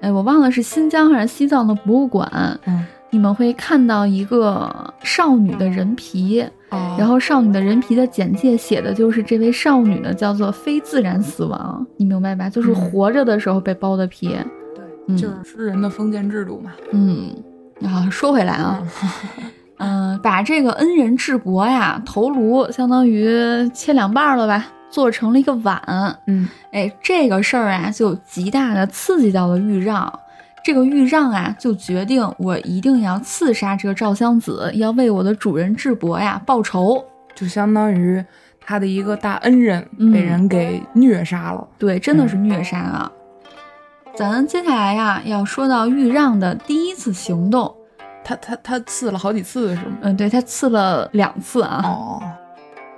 Speaker 2: 哎，我忘了是新疆还是西藏的博物馆，
Speaker 1: 嗯，
Speaker 2: 你们会看到一个少女的人皮，
Speaker 1: 哦
Speaker 2: 然后少女的人皮的简介写的就是这位少女呢叫做非自然死亡，你明白吧？就是
Speaker 1: 嗯
Speaker 2: 活着的时候被剥的皮。嗯
Speaker 1: 对，就是吃人的封建制度嘛。
Speaker 2: 嗯，啊，说回来啊。 嗯，把这个恩人智伯呀头颅相当于切两半儿了吧，做成了一个碗。
Speaker 1: 嗯
Speaker 2: 哎，这个事儿啊，就极大的刺激到了豫让。这个豫让啊，就决定我一定要刺杀这个赵襄子，要为我的主人智伯呀报仇。
Speaker 1: 就相当于他的一个大恩人
Speaker 2: 嗯
Speaker 1: 被人给虐杀了。
Speaker 2: 对，真的是虐杀啊！咱接下来呀，要说到豫让的第一次行动。
Speaker 1: 他他他刺了好几次是吗？
Speaker 2: 嗯，对他刺了两次啊。
Speaker 1: 哦，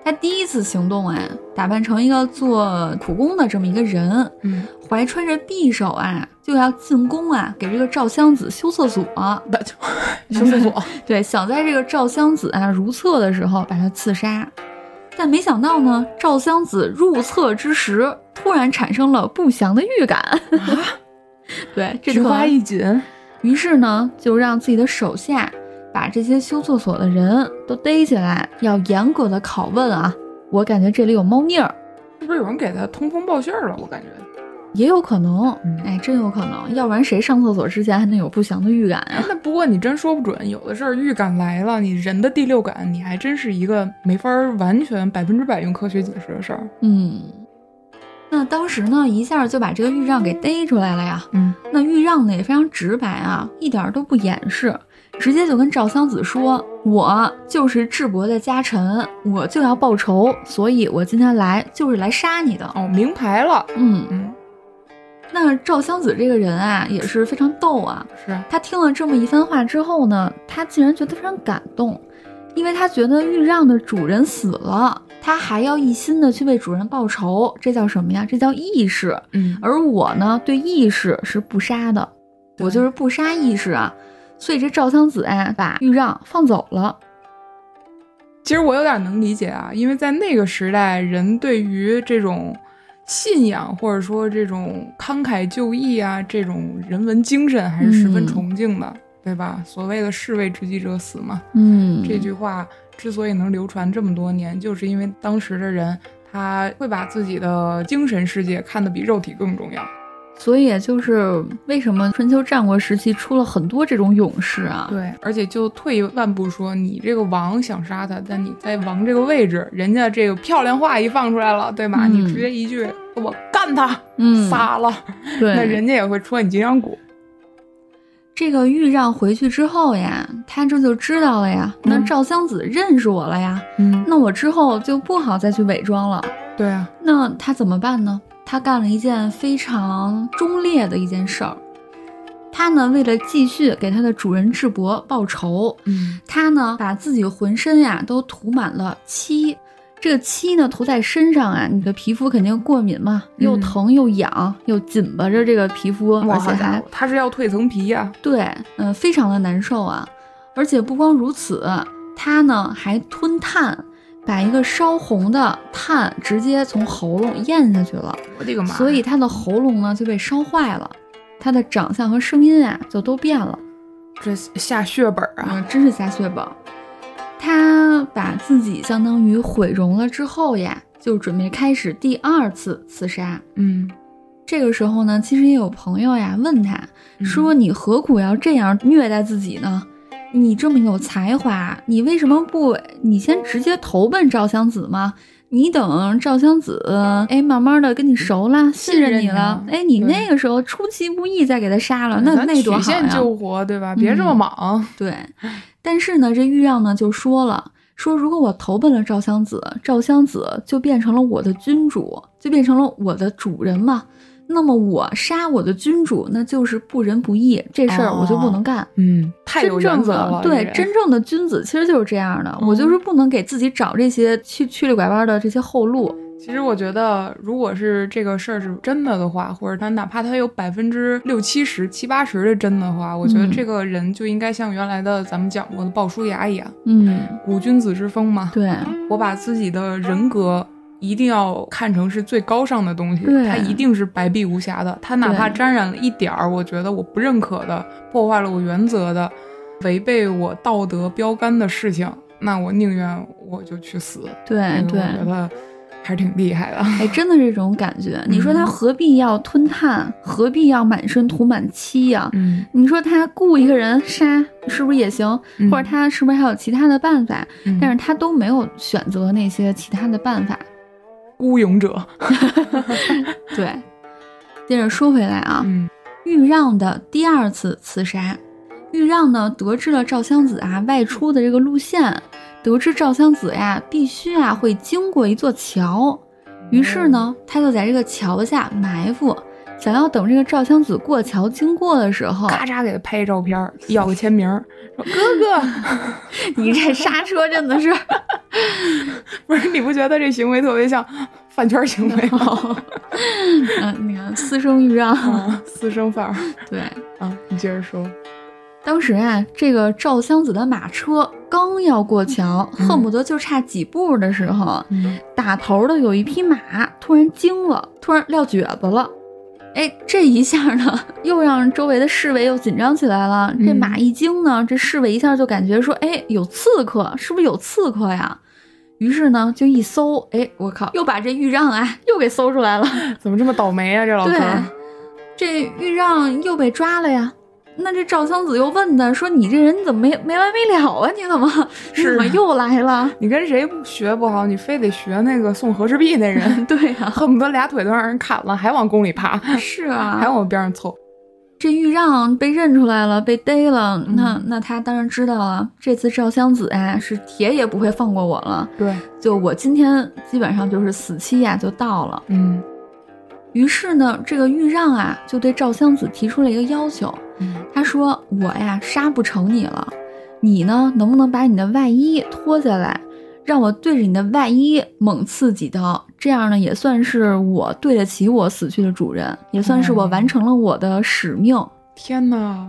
Speaker 2: 他第一次行动啊，打扮成一个做苦工的这么一个人，
Speaker 1: 嗯，
Speaker 2: 怀揣着匕首啊，就要进宫啊，给这个赵襄子修厕所。
Speaker 1: 那就 修厕 所。
Speaker 2: 对，想在这个赵襄子啊如厕的时候把他刺杀，但没想到呢，赵襄子入厕之时突然产生了不祥的预感。 对，这
Speaker 1: 菊
Speaker 2: 可能
Speaker 1: 花一紧，
Speaker 2: 于是呢，就让自己的手下把这些修厕所的人都逮起来，要严格的拷问啊。我感觉这里有猫腻儿。
Speaker 1: 是不是有人给他通风报信儿了？我感觉。
Speaker 2: 也有可能
Speaker 1: 嗯，
Speaker 2: 哎，真有可能，要不然谁上厕所之前还能有不祥的预感
Speaker 1: 哎
Speaker 2: 啊？
Speaker 1: 那不过你真说不准，有的事儿预感来了，你人的第六感，你还真是一个没法儿完全百分之百用科学解释的事儿。
Speaker 2: 嗯，那当时呢，一下就把这个豫让给逮出来了呀。
Speaker 1: 嗯，
Speaker 2: 那豫让呢也非常直白啊，一点儿都不掩饰，直接就跟赵襄子说：“我就是智伯的家臣，我就要报仇，所以我今天来就是来杀你的。
Speaker 1: 哦，明牌了。”
Speaker 2: 嗯，
Speaker 1: 嗯
Speaker 2: 那赵襄子这个人啊，也是非常逗啊。
Speaker 1: 是
Speaker 2: 他听了这么一番话之后呢，他竟然觉得非常感动，因为他觉得豫让的主人死了，他还要一心的去为主人报仇，这叫什么呀？这叫义士。
Speaker 1: 嗯，
Speaker 2: 而我呢，对义士是不杀的，
Speaker 1: 对
Speaker 2: 我就是不杀义士啊。所以这赵襄子啊，把豫让放走了。
Speaker 1: 其实我有点能理解啊，因为在那个时代，人对于这种信仰或者说这种慷慨就义啊，这种人文精神还是十分
Speaker 2: 嗯
Speaker 1: 崇敬的，对吧？所谓的“士为知己者死”嘛，
Speaker 2: 嗯
Speaker 1: 这句话之所以能流传这么多年，就是因为当时的人他会把自己的精神世界看得比肉体更重要。
Speaker 2: 所以也就是为什么春秋战国时期出了很多这种勇士啊？
Speaker 1: 对，而且就退一万步说，你这个王想杀他，但你在王这个位置，人家这个漂亮话一放出来了，对吧？
Speaker 2: 嗯
Speaker 1: 你直接一句“我干他”，
Speaker 2: 嗯
Speaker 1: 杀了，
Speaker 2: 对，
Speaker 1: 那人家也会戳你脊梁骨。
Speaker 2: 这个豫让回去之后呀，他这就知道了呀。那
Speaker 1: 嗯
Speaker 2: 赵襄子认识我了呀，
Speaker 1: 嗯，
Speaker 2: 那我之后就不好再去伪装了。
Speaker 1: 对啊，
Speaker 2: 那他怎么办呢？他干了一件非常忠烈的一件事儿。他呢，为了继续给他的主人智伯报仇，
Speaker 1: 嗯，
Speaker 2: 他呢把自己浑身呀都涂满了漆。这个漆呢涂在身上啊，你的皮肤肯定过敏嘛，
Speaker 1: 嗯
Speaker 2: 又疼又痒，又紧巴着这个皮肤，而且
Speaker 1: 好家
Speaker 2: 还
Speaker 1: 伙，他是要蜕层皮呀、
Speaker 2: 对，嗯、非常的难受啊。而且不光如此，他呢还吞炭，把一个烧红的炭直接从喉咙咽下去了，
Speaker 1: 我的个妈！
Speaker 2: 所以，他的喉咙呢就被烧坏了，他的长相和声音啊就都变了，
Speaker 1: 这下血本儿啊，
Speaker 2: 啊，真是下血本。他把自己相当于毁容了之后呀，就准备开始第二次刺杀。
Speaker 1: 嗯，
Speaker 2: 这个时候呢，其实也有朋友呀问他，
Speaker 1: 嗯
Speaker 2: 说你何苦要这样虐待自己呢？你这么有才华，你为什么不你先直接投奔赵襄子吗？你等赵襄子，哎，慢慢的跟你熟了，信任
Speaker 1: 信任你
Speaker 2: 你了，
Speaker 1: 了
Speaker 2: 哎，你
Speaker 1: 对
Speaker 2: 那个时候出其不意再给他杀了，那
Speaker 1: 咱
Speaker 2: 那多
Speaker 1: 曲
Speaker 2: 好
Speaker 1: 线
Speaker 2: 呀！嗯
Speaker 1: 救活，对吧？别这么莽。
Speaker 2: 对，但是呢，这豫让呢就说了，说如果我投奔了赵襄子，赵襄子就变成了我的君主，就变成了我的主人嘛。那么我杀我的君主，那就是不仁不义，这事儿我就不能干。
Speaker 1: 嗯，太有
Speaker 2: 真
Speaker 1: 原
Speaker 2: 正
Speaker 1: 则了
Speaker 2: 的，
Speaker 1: 这
Speaker 2: 对
Speaker 1: 人
Speaker 2: 真正的君子其实就是这样的，
Speaker 1: 嗯
Speaker 2: 我就是不能给自己找这些曲曲里拐弯的这些后路。
Speaker 1: 其实我觉得，如果是这个事儿是真的的话，或者他哪怕他有百分之六七十、七八十的真的话，我觉得
Speaker 2: 嗯
Speaker 1: 这个人就应该像原来的咱们讲过的鲍叔牙一样，
Speaker 2: 嗯，
Speaker 1: 古君子之风嘛。
Speaker 2: 对，
Speaker 1: 我把自己的人格一定要看成是最高尚的东西，
Speaker 2: 对
Speaker 1: 它一定是白璧无瑕的。它哪怕
Speaker 2: 对
Speaker 1: 沾染了一点儿，我觉得我不认可的、破坏了我原则的、违背我道德标杆的事情，那我宁愿我就去死。
Speaker 2: 对，
Speaker 1: 这个
Speaker 2: 哎对，
Speaker 1: 哎我觉得还是挺厉害的。
Speaker 2: 哎，真的是这种感觉。你说他
Speaker 1: 嗯
Speaker 2: 何必要吞炭，何必要满身涂满漆呀、
Speaker 1: 嗯，
Speaker 2: 你说他雇一个人杀是不是也行？
Speaker 1: 嗯
Speaker 2: 或者他是不是还有其他的办法？
Speaker 1: 是
Speaker 2: 但是他都没有选择那些其他的办法。
Speaker 1: 孤勇者，
Speaker 2: 对，接着说回来啊，
Speaker 1: 嗯
Speaker 2: 豫让的第二次刺杀，豫让呢得知了赵襄子啊外出的这个路线，得知赵襄子呀必须啊会经过一座桥，于是呢他就在这个桥下埋伏，想要等这个赵襄子过桥经过的时候，
Speaker 1: 咔嚓给他拍一照片儿，要个签名儿，说哥哥，
Speaker 2: 你这刹车真的是。
Speaker 1: 不是你不觉得这行为特别像饭圈行为 吗？
Speaker 2: 嗯，你看私生豫让，
Speaker 1: 啊，私生饭儿
Speaker 2: 对，
Speaker 1: 啊，你接着说，
Speaker 2: 当时啊，这个赵襄子的马车刚要过桥，
Speaker 1: 嗯
Speaker 2: 恨不得就差几步的时候，
Speaker 1: 嗯
Speaker 2: 打头的有一匹马突然惊了，突然撂蹶子了。哎，这一下呢，又让周围的侍卫又紧张起来了。这
Speaker 1: 嗯
Speaker 2: 马一惊呢，这侍卫一下就感觉说，哎，有刺客，是不是有刺客呀？于是呢，就一搜，哎，我靠，又把这豫让啊，又给搜出来了。
Speaker 1: 怎么这么倒霉啊？这老
Speaker 2: 对
Speaker 1: 哥儿，，
Speaker 2: 这豫让又被抓了呀。那这赵襄子又问他说：“你这人怎么没没完没了啊？你怎么你怎
Speaker 1: 是啊
Speaker 2: 么又来 了
Speaker 1: 你跟谁学不好，你非得学那个送和氏璧那？” 人，
Speaker 2: 对 呀、
Speaker 1: 恨不得俩腿都让人砍了，还往宫里爬，
Speaker 2: 是
Speaker 1: 还
Speaker 2: 啊，
Speaker 1: 往边上凑，
Speaker 2: 这豫让被认出来了，被逮了，
Speaker 1: 嗯
Speaker 2: 那那他当然知道了，这次赵襄子啊是铁也不会放过我了。
Speaker 1: 对，
Speaker 2: 就我今天基本上就是死期呀、就到了。
Speaker 1: 嗯
Speaker 2: 于是呢，这个豫让啊，就对赵襄子提出了一个要求，
Speaker 3: 嗯
Speaker 2: 他说：“我呀，杀不成你了，你呢，能不能把你的外衣脱下来，让我对着你的外衣猛刺几刀？这样呢，也算是我对得起我死去的主人，也算是
Speaker 1: 嗯
Speaker 2: 我完成了我的使命。
Speaker 1: 天哪，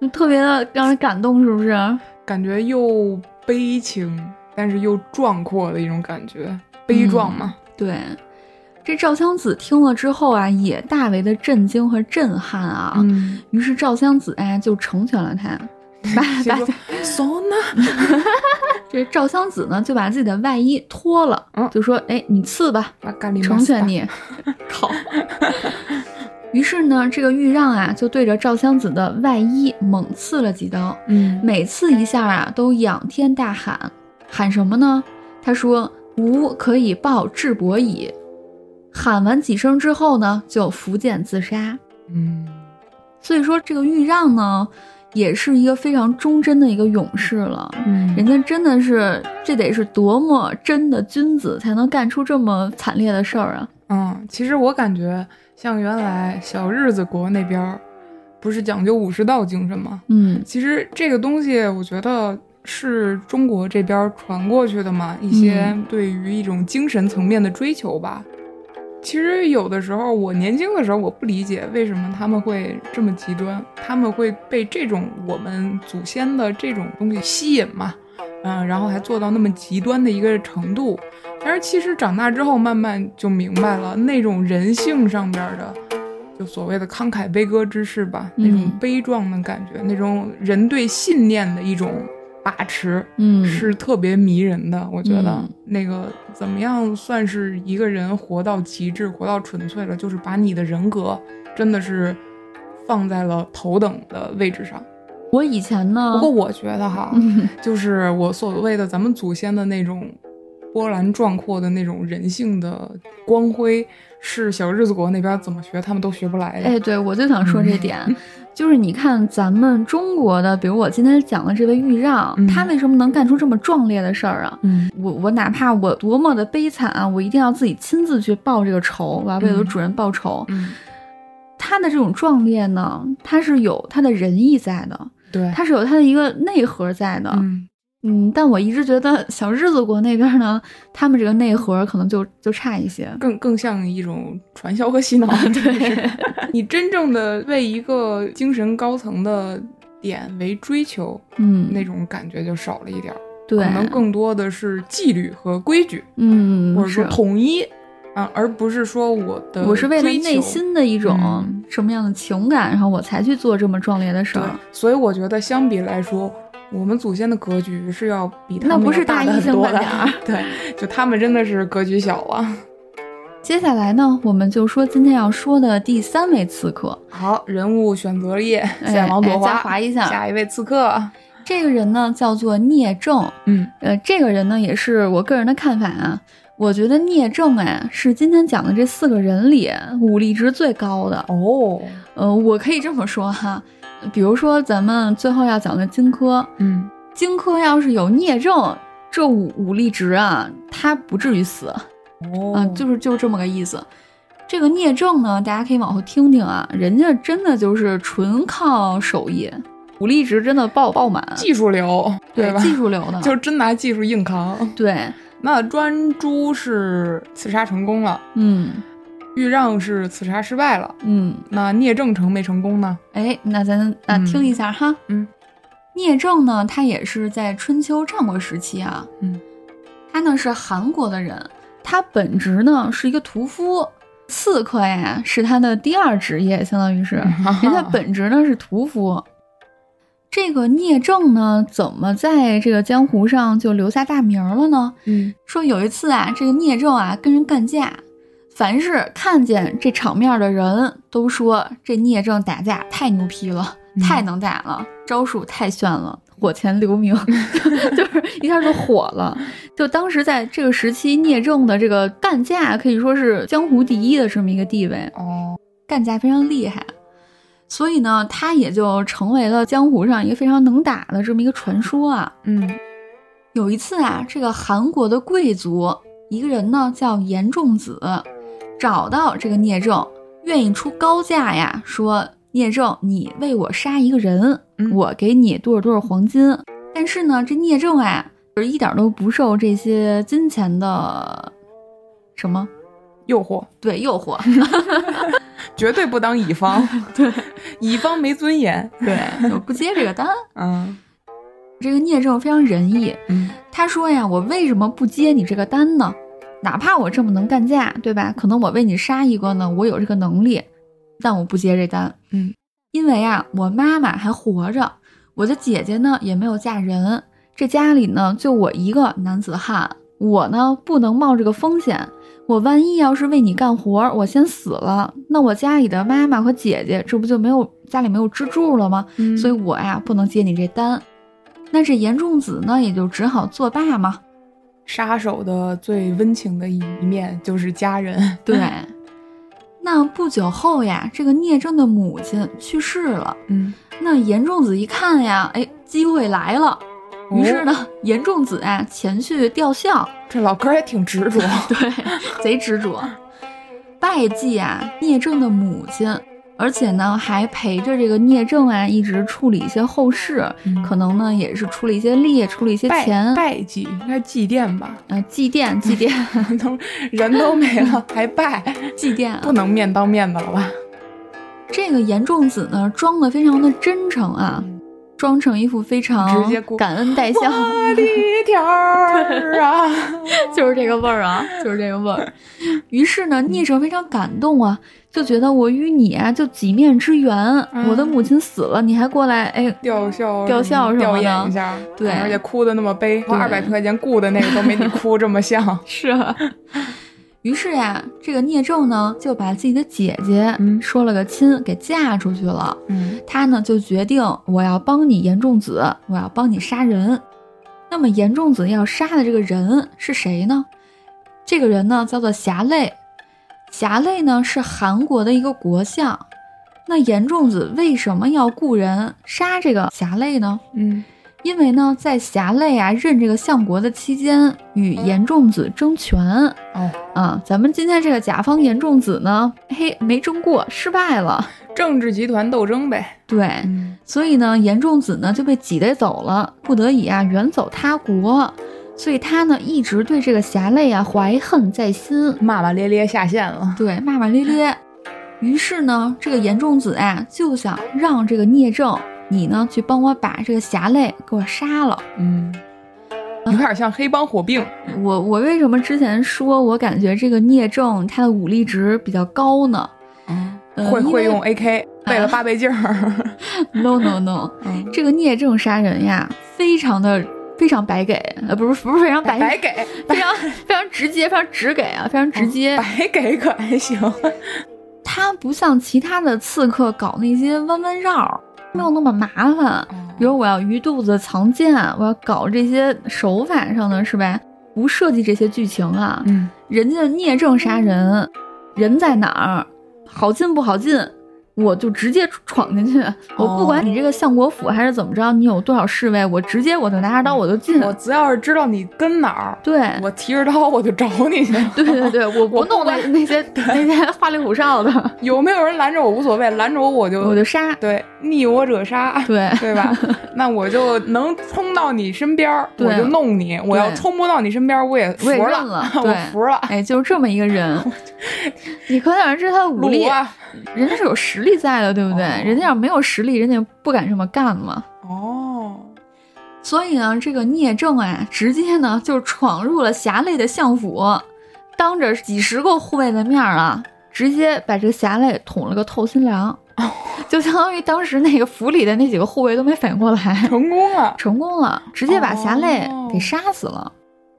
Speaker 2: 就特别的让人感动，是不是？
Speaker 1: 感觉又悲情，但是又壮阔的一种感觉，悲壮嘛。
Speaker 2: 对，这赵襄子听了之后啊，也大为的震惊和震撼啊。
Speaker 1: 嗯，
Speaker 2: 于是赵襄子哎就成全了他，把
Speaker 1: 结
Speaker 2: 把
Speaker 1: 果 so 呢？
Speaker 2: 这赵襄子呢就把自己的外衣脱了，
Speaker 1: 嗯
Speaker 2: 就说哎你刺吧，
Speaker 1: 把咖喱
Speaker 2: 成全。你。 靠！于是呢，这个豫让啊，就对着赵襄子的外衣猛刺了几刀，
Speaker 1: 嗯，
Speaker 2: 每次一下啊，都仰天大喊，喊什么呢？他说：“吾可以报智伯矣。”喊完几声之后呢，就伏剑自杀。
Speaker 1: 嗯，
Speaker 2: 所以说，这个豫让呢，也是一个非常忠贞的一个勇士了。
Speaker 1: 嗯
Speaker 2: 人家真的是，这得是多么真的君子才能干出这么惨烈的事儿啊！
Speaker 1: 嗯，其实我感觉像原来小日子国那边儿，不是讲究武士道精神吗？
Speaker 2: 嗯，
Speaker 1: 其实这个东西，我觉得是中国这边传过去的嘛，一些对于一种精神层面的追求吧。其实有的时候，我年轻的时候我不理解为什么他们会这么极端，他们会被这种我们祖先的这种东西吸引嘛，嗯，然后还做到那么极端的一个程度。但是其实长大之后，慢慢就明白了那种人性上边的，就所谓的慷慨悲歌之士吧，那种
Speaker 2: 嗯
Speaker 1: 悲壮的感觉，那种人对信念的一种把持，
Speaker 2: 嗯
Speaker 1: 是特别迷人的。我觉得
Speaker 2: 嗯
Speaker 1: 那个怎么样算是一个人活到极致、活到纯粹了，就是把你的人格真的是放在了头等的位置上。
Speaker 2: 我以前呢
Speaker 1: 不，过我觉得哈，
Speaker 2: 嗯
Speaker 1: 就是我所谓的咱们祖先的那种波澜壮阔的那种人性的光辉，是小日子国那边怎么学他们都学不来的。嗯
Speaker 2: 哎，对，我就想说这点， 就是你看咱们中国的，比如我今天讲的这位豫让，
Speaker 1: 嗯
Speaker 2: 他为什么能干出这么壮烈的事儿啊？
Speaker 1: 嗯
Speaker 2: 我我哪怕我多么的悲惨啊，我一定要自己亲自去报这个仇，我要为我的
Speaker 1: 嗯
Speaker 2: 主人报仇。
Speaker 1: 嗯，
Speaker 2: 他的这种壮烈呢，他是有他的仁义在的，
Speaker 1: 对，
Speaker 2: 他是有他的一个内核在的。
Speaker 1: 嗯
Speaker 2: 嗯但我一直觉得小日子国那边呢，他们这个内核可能就就差 一些。
Speaker 1: 更更像一种传销和洗脑。
Speaker 2: 嗯对，
Speaker 1: 你真正的为一个精神高层的点为追求，
Speaker 2: 嗯，
Speaker 1: 那种感觉就少了一点儿，
Speaker 2: 对，
Speaker 1: 可能更多的是纪律和规矩，
Speaker 2: 嗯，
Speaker 1: 或者说
Speaker 2: 是
Speaker 1: 统一啊，而不是说我的
Speaker 2: 我是为了
Speaker 1: 追求
Speaker 2: 内心的一种
Speaker 1: 嗯
Speaker 2: 什么样的情感，然后我才去做这么壮烈的事
Speaker 1: 对
Speaker 2: 儿。，
Speaker 1: 所以我觉得相比来说，我们祖先的格局是要比他
Speaker 2: 那
Speaker 1: 们要
Speaker 2: 不是
Speaker 1: 大
Speaker 2: 大
Speaker 1: 的
Speaker 2: 一
Speaker 1: 很
Speaker 2: 星
Speaker 1: 多
Speaker 2: 半
Speaker 1: 的
Speaker 2: 点儿。
Speaker 1: 对，就他们真的是格局小啊。
Speaker 2: 接下来呢，我们就说今天要说的第三位刺客，
Speaker 1: 好，人物选择页，
Speaker 2: 哎
Speaker 1: 下王朵
Speaker 2: 哎加
Speaker 1: 花，
Speaker 2: 划一下
Speaker 1: 下一位刺客。
Speaker 2: 这个人呢叫做聂政。
Speaker 1: 嗯
Speaker 2: 呃，这个人呢也是我个人的看法啊，我觉得聂政哎是今天讲的这四个人里武力值最高的。
Speaker 1: 哦，
Speaker 2: 呃，我可以这么说哈，比如说咱们最后要讲的荆轲，
Speaker 1: 嗯，
Speaker 2: 荆轲要是有聂政这武武力值啊，他不至于死。
Speaker 1: 哦
Speaker 2: 啊，就是就是这么个意思。这个聂政呢，大家可以往后听听啊，人家真的就是纯靠手艺，武力值真的爆爆满，
Speaker 1: 技术流，
Speaker 2: 对
Speaker 1: 吧？
Speaker 2: 哎技术流 的，
Speaker 1: 就真拿技术硬扛。
Speaker 2: 对，
Speaker 1: 那专诸是刺杀成功了，
Speaker 2: 嗯
Speaker 1: 豫让是刺杀失败了，
Speaker 2: 嗯，
Speaker 1: 那聂政成没成功呢？
Speaker 2: 哎，那咱啊
Speaker 1: 嗯
Speaker 2: 听一下哈，
Speaker 1: 嗯，
Speaker 2: 聂政呢，他也是在春秋战国时期啊，
Speaker 1: 嗯，
Speaker 2: 他呢是韩国的人，他本职呢是一个屠夫。刺客呀，是他的第二职业，相当 于是，人家本职呢是屠夫。这个聂政呢，怎么在这个江湖上就留下大名了呢？
Speaker 1: 嗯
Speaker 2: 说有一次啊，这个聂政啊跟人干架，凡是看见这场面的人都说这聂政打架太牛批了，
Speaker 1: 嗯
Speaker 2: 太能打了，招数太炫了。火前留名，就是一下就火了。就当时在这个时期，聂政的这个干架可以说是江湖第一的这么一个地位。
Speaker 1: 哦，
Speaker 2: 干架非常厉害，所以呢，他也就成为了江湖上一个非常能打的这么一个传说啊。
Speaker 1: 嗯
Speaker 2: 有一次啊，这个韩国的贵族一个人呢叫严仲子，找到这个聂政，愿意出高价呀，说聂政，你为我杀一个人，
Speaker 1: 嗯
Speaker 2: 我给你多少多少黄金。但是呢，这聂政啊，就是一点都不受这些金钱的什么
Speaker 1: 诱惑
Speaker 2: 对诱惑，
Speaker 1: 绝对不当乙 方，对，乙方没尊严。
Speaker 2: 对，我不接这个单。
Speaker 1: 嗯
Speaker 2: 这个聂政非常仁义，
Speaker 1: 嗯
Speaker 2: 他说呀，我为什么不接你这个单呢？哪怕我这么能干架，对吧？可能我为你杀一个呢，我有这个能力，但我不接这单，
Speaker 1: 嗯，
Speaker 2: 因为啊，我妈妈还活着，我的姐姐呢也没有嫁人，这家里呢就我一个男子汉，我呢不能冒这个风险。我万一要是为你干活，我先死了，那我家里的妈妈和姐姐，这不就没有家里没有支柱了吗？
Speaker 1: 嗯
Speaker 2: 所以我呀不能接你这单。那这严仲子呢，也就只好作罢嘛。
Speaker 1: 杀手的最温情的一面就是家人。
Speaker 2: 对，哎那不久后呀，这个聂政的母亲去世了。
Speaker 1: 嗯，
Speaker 2: 那严仲子一看呀，哎，机会来了。于是
Speaker 1: 呢，
Speaker 2: 呢，严仲子啊前去吊孝，
Speaker 1: 这老哥也挺执着。
Speaker 2: 对，贼执着， 拜祭啊聂政的母亲，而且呢还陪着这个聂政啊一直处理一些后事，
Speaker 1: 嗯
Speaker 2: 可能呢也是出了一些力，出了一些
Speaker 1: 拜
Speaker 2: 钱，
Speaker 1: 拜祭应该祭奠吧，
Speaker 2: 呃祭奠祭奠
Speaker 1: 都人都没了还 拜，
Speaker 2: 祭奠啊，
Speaker 1: 不能面当面的了吧？
Speaker 2: 这个严仲子呢，装的非常的真诚啊，装成一副非常
Speaker 1: 直接过
Speaker 2: 感恩戴孝，
Speaker 1: 我的啊天儿啊！
Speaker 2: 就是这个味儿啊，就是这个味儿。于是呢，聂政非常感动啊，就觉得我与你啊就几面之缘，
Speaker 1: 嗯
Speaker 2: 我的母亲死了，你还过来， 哎，
Speaker 1: 吊孝
Speaker 2: 吊孝什么的
Speaker 1: 吊唁一下，
Speaker 2: 对。
Speaker 1: 而且哭的那么悲，花二百块钱雇的那个都没你哭这么像
Speaker 2: 是、
Speaker 1: 啊
Speaker 2: 于是呀、这个聂政呢就把自己的姐姐
Speaker 1: 嗯
Speaker 2: 说了个亲，给嫁出去了。
Speaker 1: 嗯
Speaker 2: 他呢就决定我要帮你严仲子，我要帮你杀人。那么严仲子要杀的这个人是谁呢？这个人呢叫做侠累，侠累呢是韩国的一个国相。那严仲子为什么要雇人杀这个侠累呢？
Speaker 1: 嗯
Speaker 2: 因为呢，在侠累啊任这个相国的期间，与严仲子争权，
Speaker 1: 哦，
Speaker 2: 啊，咱们今天这个甲方严仲子呢，嘿，没争过，失败了。
Speaker 1: 政治集团斗争呗。
Speaker 2: 对，
Speaker 1: 嗯
Speaker 2: 所以呢，严仲子呢就被挤兑走了，不得已啊远走他国。所以他呢一直对这个侠类啊怀恨在心，
Speaker 1: 骂骂咧咧下线了。
Speaker 2: 对骂骂咧咧。于是呢，这个严仲子啊就想让这个聂政你呢去帮我把这个侠类给我杀了。
Speaker 1: 嗯，有点像黑帮火并。
Speaker 2: 我我为什么之前说我感觉这个聂政他的武力值比较高呢？
Speaker 1: 嗯，
Speaker 2: 呃
Speaker 1: 会
Speaker 2: 因
Speaker 1: 会
Speaker 2: 为啊
Speaker 1: 用 AK，为了八倍镜儿。
Speaker 2: No no no，
Speaker 1: 嗯，
Speaker 2: 这个聂政杀人呀，非常的非常白给，呃，不是不是非常白给
Speaker 1: 白给
Speaker 2: 非常非常直接，非常直给啊，非常直 接。
Speaker 1: 白给可还行。
Speaker 2: 他不像其他的刺客搞那些弯弯绕儿，没有那么麻烦。比如我要鱼肚子藏剑，我要搞这些手法上的是吧？不设计这些剧情啊，
Speaker 1: 嗯，
Speaker 2: 人家聂政杀人，人在哪儿，好进不好进，我就直接闯进去。我不管你这
Speaker 1: 哦
Speaker 2: 个相国府还是怎么着，你有多少侍卫，我直接我就拿着刀我就 进。
Speaker 1: 嗯我只要是知道你跟哪儿，
Speaker 2: 对，
Speaker 1: 我提着刀我就找你去。
Speaker 2: 对对对，我不
Speaker 1: 我不
Speaker 2: 弄那
Speaker 1: 管
Speaker 2: 那些那些花里胡哨的，
Speaker 1: 有没有人拦着我无所谓，拦着我我就
Speaker 2: 我就杀。
Speaker 1: 对逆我者杀。
Speaker 2: 对
Speaker 1: 对吧？ 那我就能冲到你身边儿，
Speaker 2: 对啊
Speaker 1: 我就弄你；我要冲不到你身边儿，我也服
Speaker 2: 我也
Speaker 1: 了，
Speaker 2: 认了
Speaker 1: 我
Speaker 2: 对
Speaker 1: 服了。
Speaker 2: 哎，就是这么一个人， 你可想而知他的武力
Speaker 1: 鲁，啊，
Speaker 2: 人家是有实力在的，对不对？
Speaker 1: 哦
Speaker 2: 人家要没有实力，人家不敢这么干嘛。
Speaker 1: 哦，
Speaker 2: 所以呢，这个聂政啊，直接呢就闯入了侠类的相府，当着几十个护卫的面儿啊，直接把这个侠类捅了个透心凉，
Speaker 1: 哦
Speaker 2: 就相当于当时那个府里的那几个护卫都没反应过来，
Speaker 1: 成功了，
Speaker 2: 成功了，直接把侠类
Speaker 1: 哦
Speaker 2: 给杀死了。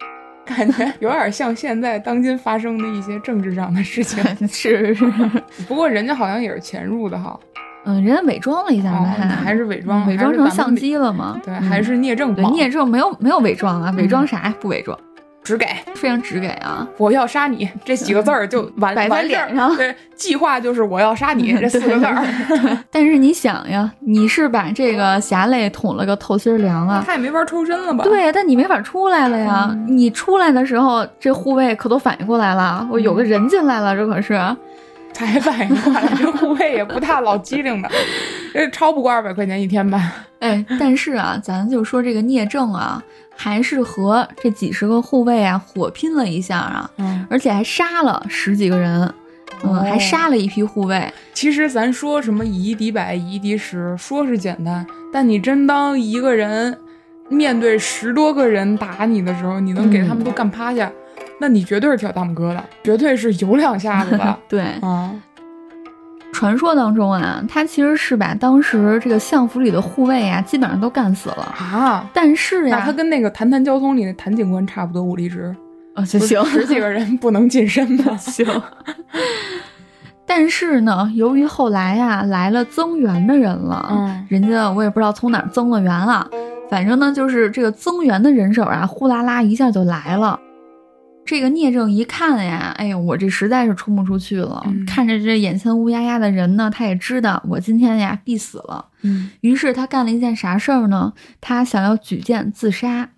Speaker 1: 感觉哎有点像现在当今发生的一些政治上的事 情。
Speaker 2: 是，是是
Speaker 1: 不过人家好像也是潜入的哈，
Speaker 2: 嗯，人家伪装了一下
Speaker 1: 哦
Speaker 2: 嘛，还嗯
Speaker 1: 那还是伪装了，
Speaker 2: 伪
Speaker 1: 还
Speaker 2: 装
Speaker 1: 是
Speaker 2: 成
Speaker 1: 咱们
Speaker 2: 相机了嘛？
Speaker 1: 对，
Speaker 2: 嗯
Speaker 1: 还是嗯聂政
Speaker 2: 对
Speaker 1: 宝
Speaker 2: 聂政没有没有伪装啊，伪装啥呀？不伪装，
Speaker 1: 只给
Speaker 2: 非常直给啊。
Speaker 1: 我要杀你这几个字儿就完
Speaker 2: 嗯摆在
Speaker 1: 完事儿
Speaker 2: 脸上嗯
Speaker 1: 对，计划就是我要杀你这四个字 儿，
Speaker 2: 但是你想呀，你是把这个侠类捅了个透心儿凉啊。
Speaker 1: 他也没法抽身了吧？，
Speaker 2: 对，但你没法出来了呀！
Speaker 1: 嗯嗯
Speaker 2: 你出来的时候，这护卫可都反应过来了，我有个人进来了，这可是。
Speaker 1: 才反应过来，这护卫也不大老机 灵的，这超不过二百块钱一天吧？
Speaker 2: 哎，但是啊，咱就说这个聂政啊，还是和这几十个护卫啊火拼了一下啊，
Speaker 1: 嗯，
Speaker 2: 而且还杀了十几个人，嗯，
Speaker 1: 哦
Speaker 2: 还杀了一批护卫。
Speaker 1: 其实咱说什么以一敌百，以一敌十，说是简单，但你真当一个人面对十多个人打你的时候，你能给他们都干趴下，那你绝对是挑大拇哥的，绝对是有两下子
Speaker 2: 。
Speaker 1: 的
Speaker 2: 对，
Speaker 1: 啊，
Speaker 2: 传说当中啊，他其实是把当时这个相府里的护卫啊，基本上都干死了。
Speaker 1: 啊，
Speaker 2: 但是
Speaker 1: 那
Speaker 2: 呀
Speaker 1: 他，跟那个《谈谈交通》里的谭警官差不多，武力值
Speaker 2: 啊，就？
Speaker 1: 不是十几个人不能近身吗
Speaker 2: 行。但是呢，由于后来呀、来了增援的人了，
Speaker 1: 嗯
Speaker 2: 人家我也不知道从哪儿增了援啊，反正呢就是这个增援的人手啊，呼啦啦一下就来了。这个聂政一看呀，哎呦，我这实在是冲不出去了。
Speaker 1: 嗯
Speaker 2: 看着这眼前乌压压的人呢，他也知道我今天呀必死了。
Speaker 1: 嗯
Speaker 2: 于是他干了一件啥事儿呢？他想要举剑自杀。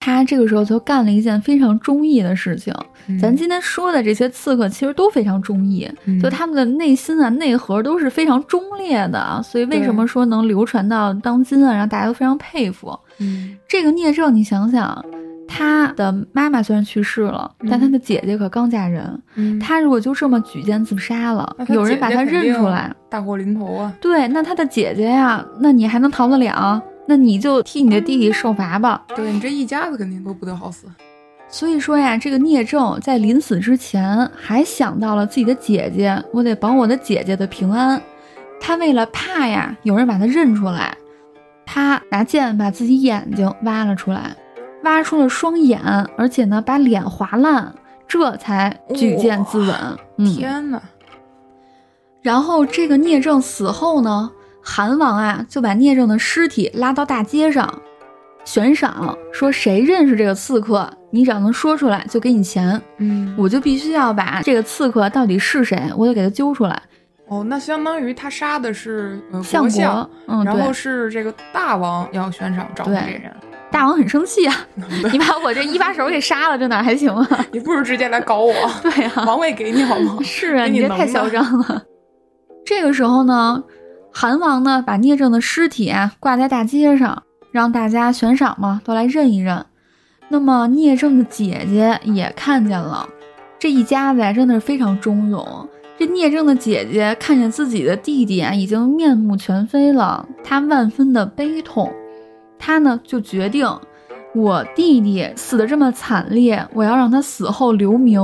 Speaker 2: 他这个时候就干了一件非常忠义的事情，
Speaker 1: 嗯
Speaker 2: 咱今天说的这些刺客其实都非常忠义，
Speaker 1: 嗯
Speaker 2: 就他们的内心啊、内核都是非常忠烈的啊，所以为
Speaker 1: 对
Speaker 2: 什么说能流传到当今啊，让大家都非常佩服。
Speaker 1: 嗯
Speaker 2: 这个聂政，你想想，他的妈妈虽然去世了，但
Speaker 1: 嗯
Speaker 2: 他的姐姐可刚嫁人，
Speaker 1: 嗯
Speaker 2: 他如果就这么举剑自杀了
Speaker 1: 那，他
Speaker 2: 有
Speaker 1: 姐
Speaker 2: 人
Speaker 1: 姐
Speaker 2: 把他
Speaker 1: 肯
Speaker 2: 认
Speaker 1: 定
Speaker 2: 出来，
Speaker 1: 大祸临头啊！
Speaker 2: 对，那他的姐姐呀、那你还能逃得了？那你就替你的弟弟受罚吧。
Speaker 1: 对你这一家子肯定都不得好死。
Speaker 2: 所以说呀，这个聂政在临死之前还想到了自己的姐姐，我得保我的姐姐的平安。他为了怕呀有人把他认出来，他拿剑把自己眼睛挖了出来，挖出了双眼，而且呢把脸划烂，这才举剑自刎。嗯，
Speaker 1: 天哪！
Speaker 2: 然后这个聂政死后呢，韩王啊就把聂政的尸体拉到大街上悬赏，说谁认识这个刺客，你只要能说出来就给你钱。
Speaker 1: 嗯，
Speaker 2: 我就必须要把这个刺客到底是谁，我得给他揪出来。
Speaker 1: 哦，那相当于他杀的是呃
Speaker 2: 相
Speaker 1: 国
Speaker 2: 国，
Speaker 1: 相，
Speaker 2: 嗯，
Speaker 1: 然后
Speaker 2: 对，
Speaker 1: 是这个大王要悬赏找你
Speaker 2: 对
Speaker 1: 这人，
Speaker 2: 大王很生气啊， 你把我这一把手给杀了，这哪还行啊？
Speaker 1: 你不如直接来搞我，
Speaker 2: 对啊，
Speaker 1: 王位给你好 吗？
Speaker 2: 是啊，
Speaker 1: 给
Speaker 2: 你
Speaker 1: 你
Speaker 2: 这
Speaker 1: 能
Speaker 2: 太
Speaker 1: 吗
Speaker 2: 嚣张了。这个时候呢，韩王呢把聂政的尸体啊挂在大街上，让大家悬赏嘛，都来认一认。那么聂政的姐姐也看见了，这一家子呀真的是非常忠勇。这聂政的姐姐看见自己的弟弟啊已经面目全非了，她万分的悲痛。她呢就决定，我弟弟死的这么惨烈，我要让他死后留名。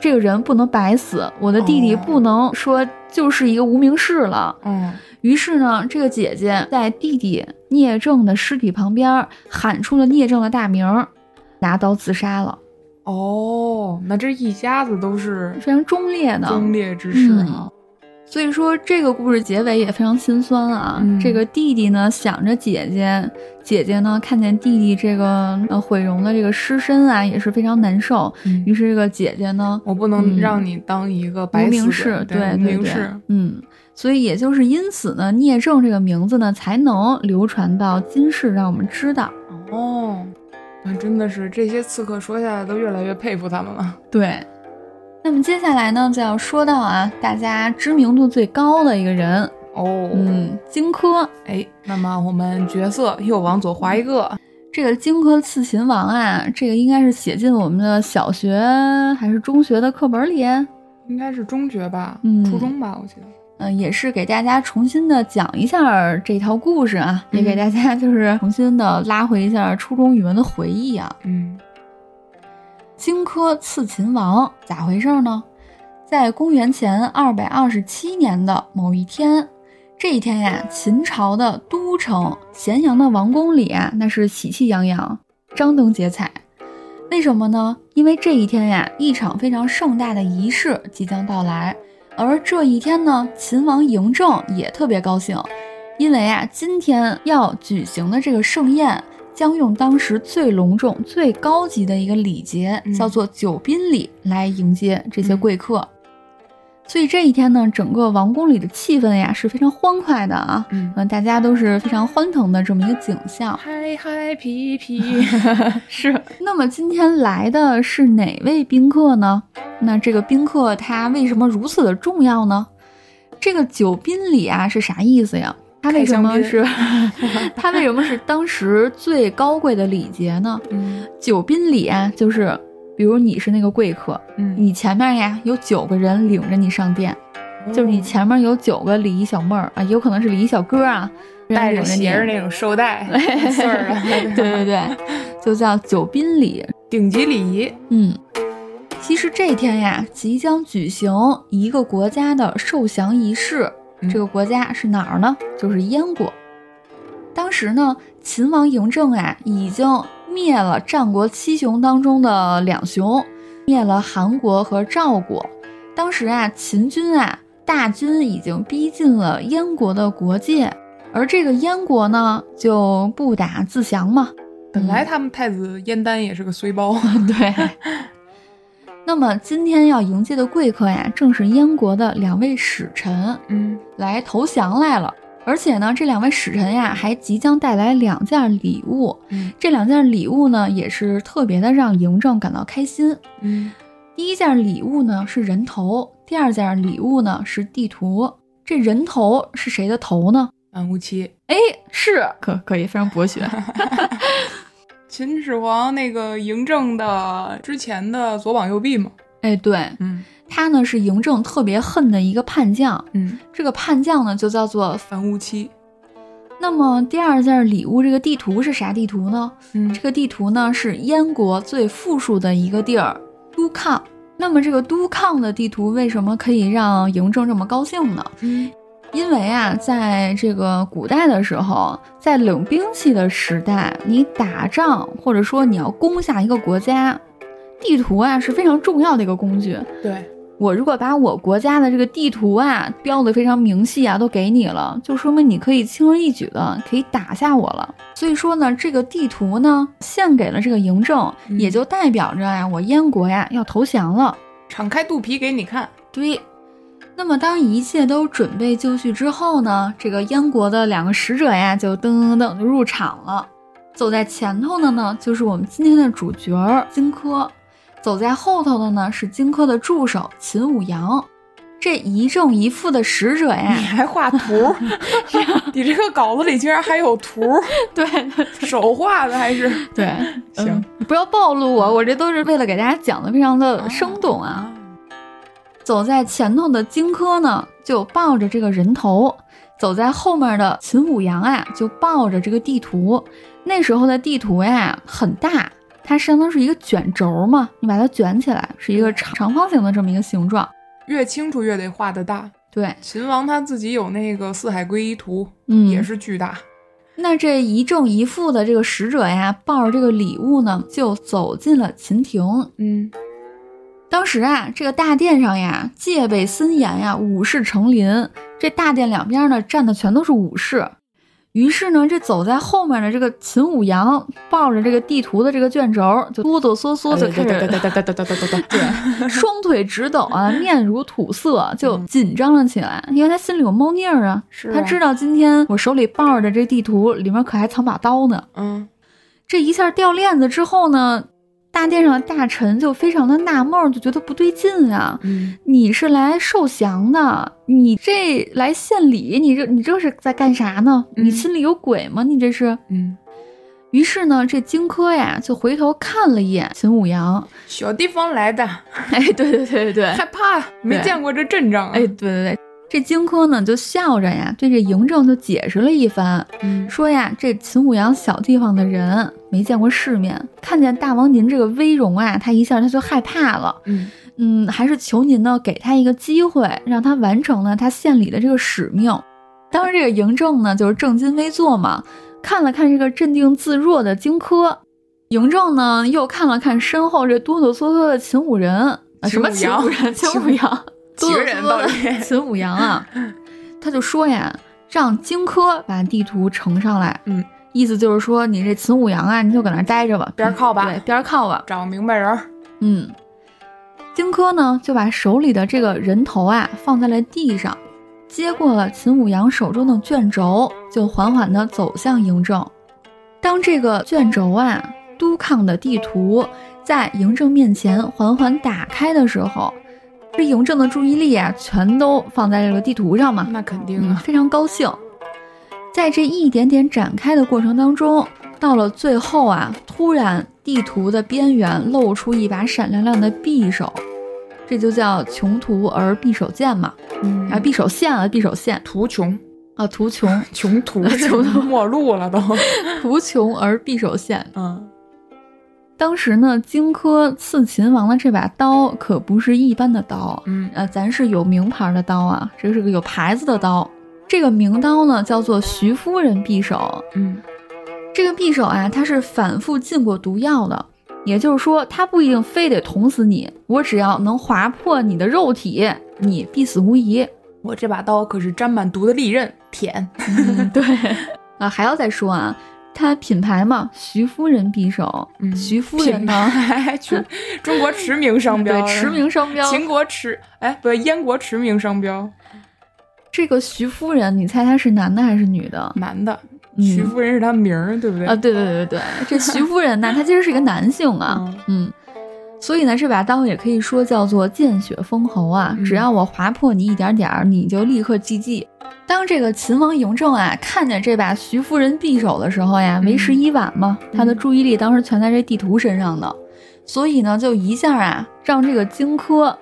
Speaker 2: 这个人不能白死，我的弟弟
Speaker 1: 哦
Speaker 2: 不能说就是一个无名氏了。
Speaker 1: 嗯，
Speaker 2: 于是呢，这个姐姐在弟弟聂政的尸体旁边喊出了聂政的大名儿，拿刀自杀了，
Speaker 1: 哦，那这一家子都是
Speaker 2: 非常忠烈的。
Speaker 1: 忠烈之士
Speaker 2: 嗯
Speaker 1: 啊。
Speaker 2: 所以说这个故事结尾也非常心酸啊。
Speaker 1: 嗯
Speaker 2: 这个弟弟呢想着姐姐，姐姐呢看见弟弟这个呃毁容的这个尸身啊，也是非常难受。
Speaker 1: 嗯
Speaker 2: 于是这个姐姐呢
Speaker 1: 我不
Speaker 2: 嗯
Speaker 1: 能让你当一个
Speaker 2: 无
Speaker 1: 白
Speaker 2: 名
Speaker 1: 死
Speaker 2: 氏
Speaker 1: 鬼，，
Speaker 2: 对
Speaker 1: 无
Speaker 2: 对
Speaker 1: 名
Speaker 2: 对
Speaker 1: 氏，，
Speaker 2: 嗯，所以也就是因此呢，聂政这个名字呢才能流传到今世，让我们知道。
Speaker 1: 哦，那真的是这些刺客说下来都越来越佩服他们了。
Speaker 2: 对，那么接下来呢，就要说到啊，大家知名度最高的一个人，
Speaker 1: 哦，
Speaker 2: 嗯，荆轲。
Speaker 1: 哎，那么我们角色又往左滑一个，
Speaker 2: 这个荆轲刺秦王啊，这个应该是写进我们的小学还是中学的课本里，嗯、
Speaker 1: 应该是中学吧，
Speaker 2: 嗯
Speaker 1: 初中吧，我记得。
Speaker 2: 也是给大家重新的讲一下这套故事啊，也给大家就是重新的拉回一下初中语文的回忆啊。
Speaker 1: 嗯
Speaker 2: 荆轲刺秦王，咋回事呢？在公元前二百二十七年的某一天，这一天呀，秦朝的都城咸阳的王宫里啊，那是喜气洋洋，张灯结彩。为什么呢？因为这一天呀，一场非常盛大的仪式即将到来。而这一天呢，秦王嬴政也特别高兴，因为啊，今天要举行的这个盛宴将用当时最隆重、最高级的一个礼节，
Speaker 1: 嗯
Speaker 2: 叫做九宾礼，来迎接这些贵客。所以这一天呢，整个王宫里的气氛呀是非常欢快的啊，
Speaker 1: 嗯，
Speaker 2: 嗯，大家都是非常欢腾的这么一个景象。
Speaker 1: 嗨嗨 皮皮，
Speaker 2: 是。那么今天来的是哪位宾客呢？那这个宾客他为什么如此的重要呢？这个酒宾礼啊是啥意思呀？它为什么是 它为什么是当时最高贵的礼节呢？
Speaker 1: 嗯
Speaker 2: 酒宾礼啊，就是比如你是那个贵客，
Speaker 1: 嗯，
Speaker 2: 你前面呀有九个人领着你上殿，
Speaker 1: 嗯
Speaker 2: 就是你前面有九个礼仪小妹儿啊，有可能是礼仪小哥啊，
Speaker 1: 带
Speaker 2: 领
Speaker 1: 着
Speaker 2: 你
Speaker 1: 斜着那种绶 带穗儿啊的，
Speaker 2: 对对对，就叫九宾礼。
Speaker 1: 顶级礼仪。
Speaker 2: 嗯，其实这天呀，即将举行一个国家的受降仪式。
Speaker 1: 嗯
Speaker 2: 这个国家是哪儿呢？就是燕国。当时呢，秦王嬴政啊，已经灭了战国七雄当中的两雄，灭了韩国和赵国。当时啊，秦军啊，大军已经逼近了燕国的国界，而这个燕国呢，就不打自降嘛。
Speaker 1: 本来他们太子燕丹也是个衰包，
Speaker 2: 嗯对。 那么今天要迎接的贵客呀，正是燕国的两位使臣
Speaker 1: 嗯，
Speaker 2: 来投降来了。而且呢，这两位使臣呀，还即将带来两件礼物。
Speaker 1: 嗯
Speaker 2: 这两件礼物呢，也是特别的让嬴政感到开心。
Speaker 1: 嗯
Speaker 2: 第一件礼物呢是人头，第二件礼物呢是地图。这人头是谁的头呢？
Speaker 1: 安无期。
Speaker 2: 哎，是可可以非常博 学。
Speaker 1: 秦始皇那个嬴政的之前的左膀右臂嘛，
Speaker 2: 哎，对，
Speaker 1: 嗯
Speaker 2: 他呢是嬴政特别恨的一个叛将，
Speaker 1: 嗯，
Speaker 2: 这个叛将呢就叫做
Speaker 1: 樊无期，
Speaker 2: 那么第二件礼物，这个地图是啥地图呢？
Speaker 1: 嗯
Speaker 2: 这个地图呢是燕国最富庶的一个地儿——都抗。那么这个都抗的地图为什么可以让嬴政这么高兴呢？
Speaker 1: 嗯
Speaker 2: 因为啊，在这个古代的时候，在冷兵器的时代，你打仗或者说你要攻下一个国家，地图啊是非常重要的一个工具。
Speaker 1: 对，
Speaker 2: 我如果把我国家的这个地图啊标的非常明细啊，都给你了，就说明你可以轻而易举的可以打下我了。所以说呢，这个地图呢献给了这个嬴政，
Speaker 1: 嗯
Speaker 2: 也就代表着呀、我燕国呀要投降了。
Speaker 1: 敞开肚皮给你 看，
Speaker 2: 对。那么当一切都准备就绪之后呢，这个燕国的两个使者呀就噔噔噔就入场了。走在前头的呢，就是我们今天的主角儿荆轲；走在后头的呢，是荆轲的助手秦舞阳。这一正一负的使者呀
Speaker 1: 你，还画图， 你这个稿子里居然还有图，
Speaker 2: 对
Speaker 1: 手画的还是
Speaker 2: 对，
Speaker 1: 行
Speaker 2: 嗯你不要暴露我，我这都是为了给大家讲的非常
Speaker 1: 哦
Speaker 2: 的生动啊。走在前头的荆轲呢，就抱着这个人头；走在后面的秦舞阳啊，就抱着这个地图。那时候的地图呀很大，它相当是一个卷轴嘛，你把它卷起来是一个长长方形的这么一个形状。
Speaker 1: 越清楚越得画的大。
Speaker 2: 对，
Speaker 1: 秦王他自己有那个四海归一图，
Speaker 2: 嗯，
Speaker 1: 也是巨大。
Speaker 2: 那这一正一负的这个使者呀，抱着这个礼物呢，就走进了秦庭。
Speaker 1: 嗯
Speaker 2: 当时啊，这个大殿上呀，戒备森严呀，武士成林。这大殿两边呢，站的全都是武士。于是呢，这走在后面的这个秦舞阳抱着这个地图的这个卷轴，就哆哆嗦嗦
Speaker 1: 哎
Speaker 2: 就开始
Speaker 1: 哒哒哒哒哒哒哒，
Speaker 2: 对，双腿直抖啊，面如土色，就紧张了起来，因为他心里有猫腻儿啊。
Speaker 1: 是
Speaker 2: 他知道今天我手里抱着这地图，里面可还藏把刀呢。
Speaker 1: 嗯
Speaker 2: 这一下掉链子之后呢，大殿上的大臣就非常的纳闷儿，就觉得不对劲啊。
Speaker 1: 嗯，
Speaker 2: 你是来受降的，你这来献礼，你这你这是在干啥呢？
Speaker 1: 嗯
Speaker 2: 你心里有鬼吗？你这是。
Speaker 1: 嗯，
Speaker 2: 于是呢，这荆轲呀就回头看了一眼秦舞阳，
Speaker 1: 小地方来的，
Speaker 2: 哎，对对对对对，
Speaker 1: 害怕没见过这阵仗啊。
Speaker 2: 哎，对对对，这荆轲呢就笑着呀对这嬴政就解释了一番，
Speaker 1: 嗯
Speaker 2: 说呀这秦舞阳小地方的人没见过世面，看见大王您这个威容啊，他一下他就害怕了。
Speaker 1: 嗯
Speaker 2: 嗯，还是求您呢，给他一个机会，让他完成呢他献礼的这个使命。当时这个嬴政呢，就是正襟危坐嘛，看了看这个镇定自若的荆轲，嬴政呢又看了看身后这哆哆嗦嗦的秦舞人，啊，什么秦
Speaker 1: 秦舞
Speaker 2: 舞人？
Speaker 1: 阳
Speaker 2: 秦舞阳，哆
Speaker 1: 秦
Speaker 2: 哆
Speaker 1: 人
Speaker 2: 嗦嗦
Speaker 1: 到底
Speaker 2: 的秦舞阳啊， 他就说呀，让荆轲把地图呈上来，
Speaker 1: 嗯，
Speaker 2: 意思就是说你这秦舞阳啊，你就搁那儿待着吧，
Speaker 1: 边儿靠吧
Speaker 2: 对，边儿靠吧，
Speaker 1: 找个明白人儿。
Speaker 2: 嗯，荆轲呢就把手里的这个人头啊放在了地上，接过了秦舞阳手中的卷轴，就缓缓地走向嬴政。当这个卷轴啊，都抗的地图在嬴政面前缓缓打开的时候，这嬴政的注意力啊，全都放在这个地图上嘛，
Speaker 1: 那肯定
Speaker 2: 嗯，
Speaker 1: 啊，
Speaker 2: 非常高兴。在这一点点展开的过程当中，到了最后啊，突然地图的边缘露出一把闪亮亮的匕首，这就叫穷途而匕首见嘛，
Speaker 1: 嗯
Speaker 2: 啊，匕首现啊，匕首现
Speaker 1: 图穷，
Speaker 2: 啊，图穷，
Speaker 1: 穷途
Speaker 2: 穷途
Speaker 1: 末路了 都。
Speaker 2: 图穷而匕首现。
Speaker 1: 嗯，
Speaker 2: 当时呢，荆轲刺秦王的这把刀可不是一般的刀，
Speaker 1: 嗯
Speaker 2: 呃，咱是有名牌的刀啊，这是个有牌子的刀。这个名刀呢，叫做徐夫人匕首。
Speaker 1: 嗯
Speaker 2: 这个匕首啊，它是反复浸过毒药的，也就是说，它不一定非得捅死你，我只要能划破你的肉体，你必死无 疑。
Speaker 1: 我这把刀可是沾满毒的利刃，舔。
Speaker 2: 嗯、对，啊，还要再说啊，它品牌嘛，徐夫人匕首，
Speaker 1: 嗯
Speaker 2: 徐夫人呢，
Speaker 1: 还哎去中国驰名商标，
Speaker 2: 对，驰名商标。
Speaker 1: 秦国驰，哎，不，燕国驰名商标，
Speaker 2: 这个徐夫人，你猜她是男的还是女的？
Speaker 1: 男的，
Speaker 2: 嗯
Speaker 1: 徐夫人是他名儿，对不对？
Speaker 2: 啊，对对 对对，这徐夫人呢，她其实是一个男性啊，嗯，所以呢，这把刀也可以说叫做见血封喉啊，
Speaker 1: 嗯
Speaker 2: 只要我划破你一点点儿，你就立刻 GG。当这个秦王嬴政啊看见这把徐夫人匕首的时候呀，为时已晚嘛，他的注意力当时全在这地图身上呢，所以呢，就一下啊让这个荆轲啊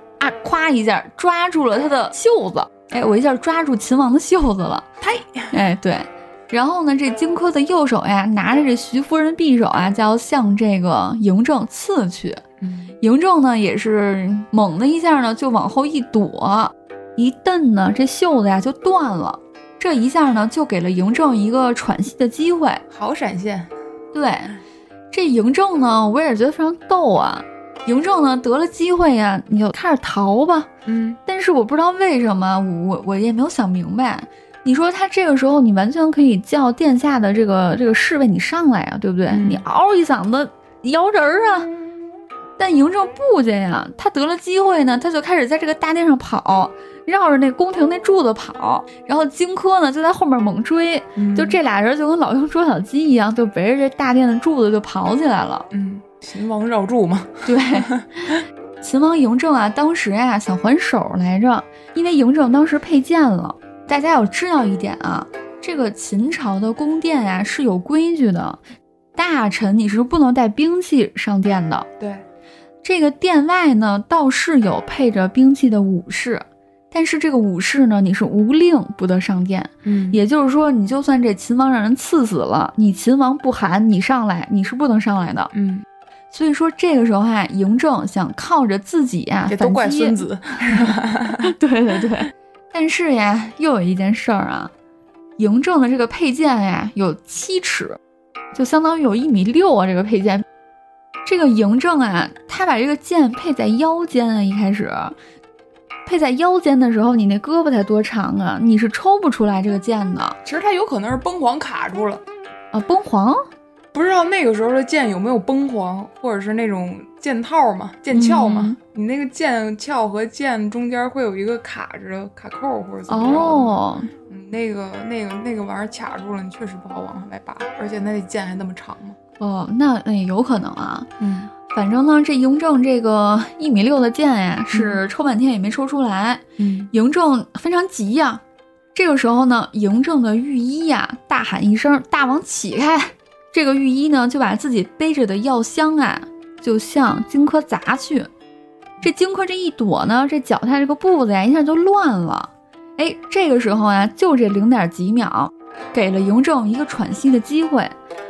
Speaker 2: 咵一下抓住了他的袖子，哎，我一下抓住秦王的袖子了，
Speaker 1: 呸！
Speaker 2: 哎，对。然后呢，这荆轲的右手呀，拿着这徐夫人匕首啊，就要向这个嬴政刺去。
Speaker 1: 嗯
Speaker 2: 嬴政呢，也是猛的一下呢，就往后一躲，一蹬呢，这袖子呀就断了。这一下呢，就给了嬴政一个喘息的机会。
Speaker 1: 好闪现，
Speaker 2: 对，这嬴政呢，我也是觉得非常逗啊。嬴政呢，得了机会呀，你就开始逃吧。
Speaker 1: 嗯，
Speaker 2: 但是我不知道为什么，我我我也没有想明白。你说他这个时候，你完全可以叫殿下的这个这个侍卫你上来啊，对不对？
Speaker 1: 嗯
Speaker 2: 你嗷一嗓子摇人儿啊！但嬴政不这样，他得了机会呢，他就开始在这个大殿上跑，绕着那宫廷那柱子跑，然后荆轲呢就在后面猛追，
Speaker 1: 嗯
Speaker 2: 就，这俩人就跟老鹰捉小鸡一样，就围着这大殿的柱子就跑起来了。
Speaker 1: 嗯，秦王绕柱 嘛，
Speaker 2: 对，秦王嬴政啊，当时啊想还手来着，因为嬴政当时佩剑了。大家要知道一点啊，这个秦朝的宫殿呀、是有规矩的，大臣你是不能带兵器上殿的。
Speaker 1: 对，
Speaker 2: 这个殿外呢，倒是有配着兵器的武士，但是这个武士呢，你是无令不得上殿。
Speaker 1: 嗯
Speaker 2: 也就是说，你就算这秦王让人刺死了，你秦王不喊你上来，你是不能上来的。
Speaker 1: 嗯，
Speaker 2: 所以说这个时候啊，嬴政想靠着自己呀、
Speaker 1: 这
Speaker 2: 啊反
Speaker 1: 都怪
Speaker 2: 击
Speaker 1: 孙。子，
Speaker 2: 对对对。但是呀，又有一件事儿啊，嬴政的这个佩剑呀有七尺，就相当于有一米六啊。这个佩剑，这个嬴政啊，他把这个剑配在腰间啊，一开始。配在腰间的时候，你那胳膊才多长啊？你是抽不出来这个剑的啊！
Speaker 1: 其实他有可能是崩簧卡住了。
Speaker 2: 崩黄
Speaker 1: 不知道那个时候的剑有没有崩簧，或者是那种剑套嘛、剑鞘嘛？
Speaker 2: 嗯
Speaker 1: 你那个剑鞘和剑中间会有一个卡着的卡扣或者怎么着的。
Speaker 2: 哦，
Speaker 1: 嗯，那个、那个、那个玩意儿卡住了，你确实不好往上来拔，而且那剑还那么长嘛。
Speaker 2: 哦，那那有可能啊。
Speaker 1: 嗯
Speaker 2: 反正呢，这嬴政这个一米六的剑呀，是抽半天也没抽出来。
Speaker 1: 嗯
Speaker 2: 嬴政非常急呀、这个时候呢，嬴政的御医呀、大喊一声：“大王起开！”这个御医呢就把自己背着的药箱啊，就向荆轲砸去。这荆轲这一躲呢，这脚下这个步子呀一下就乱了。哎，这个时候啊，就这零点几秒，给了嬴政一个喘息的机会。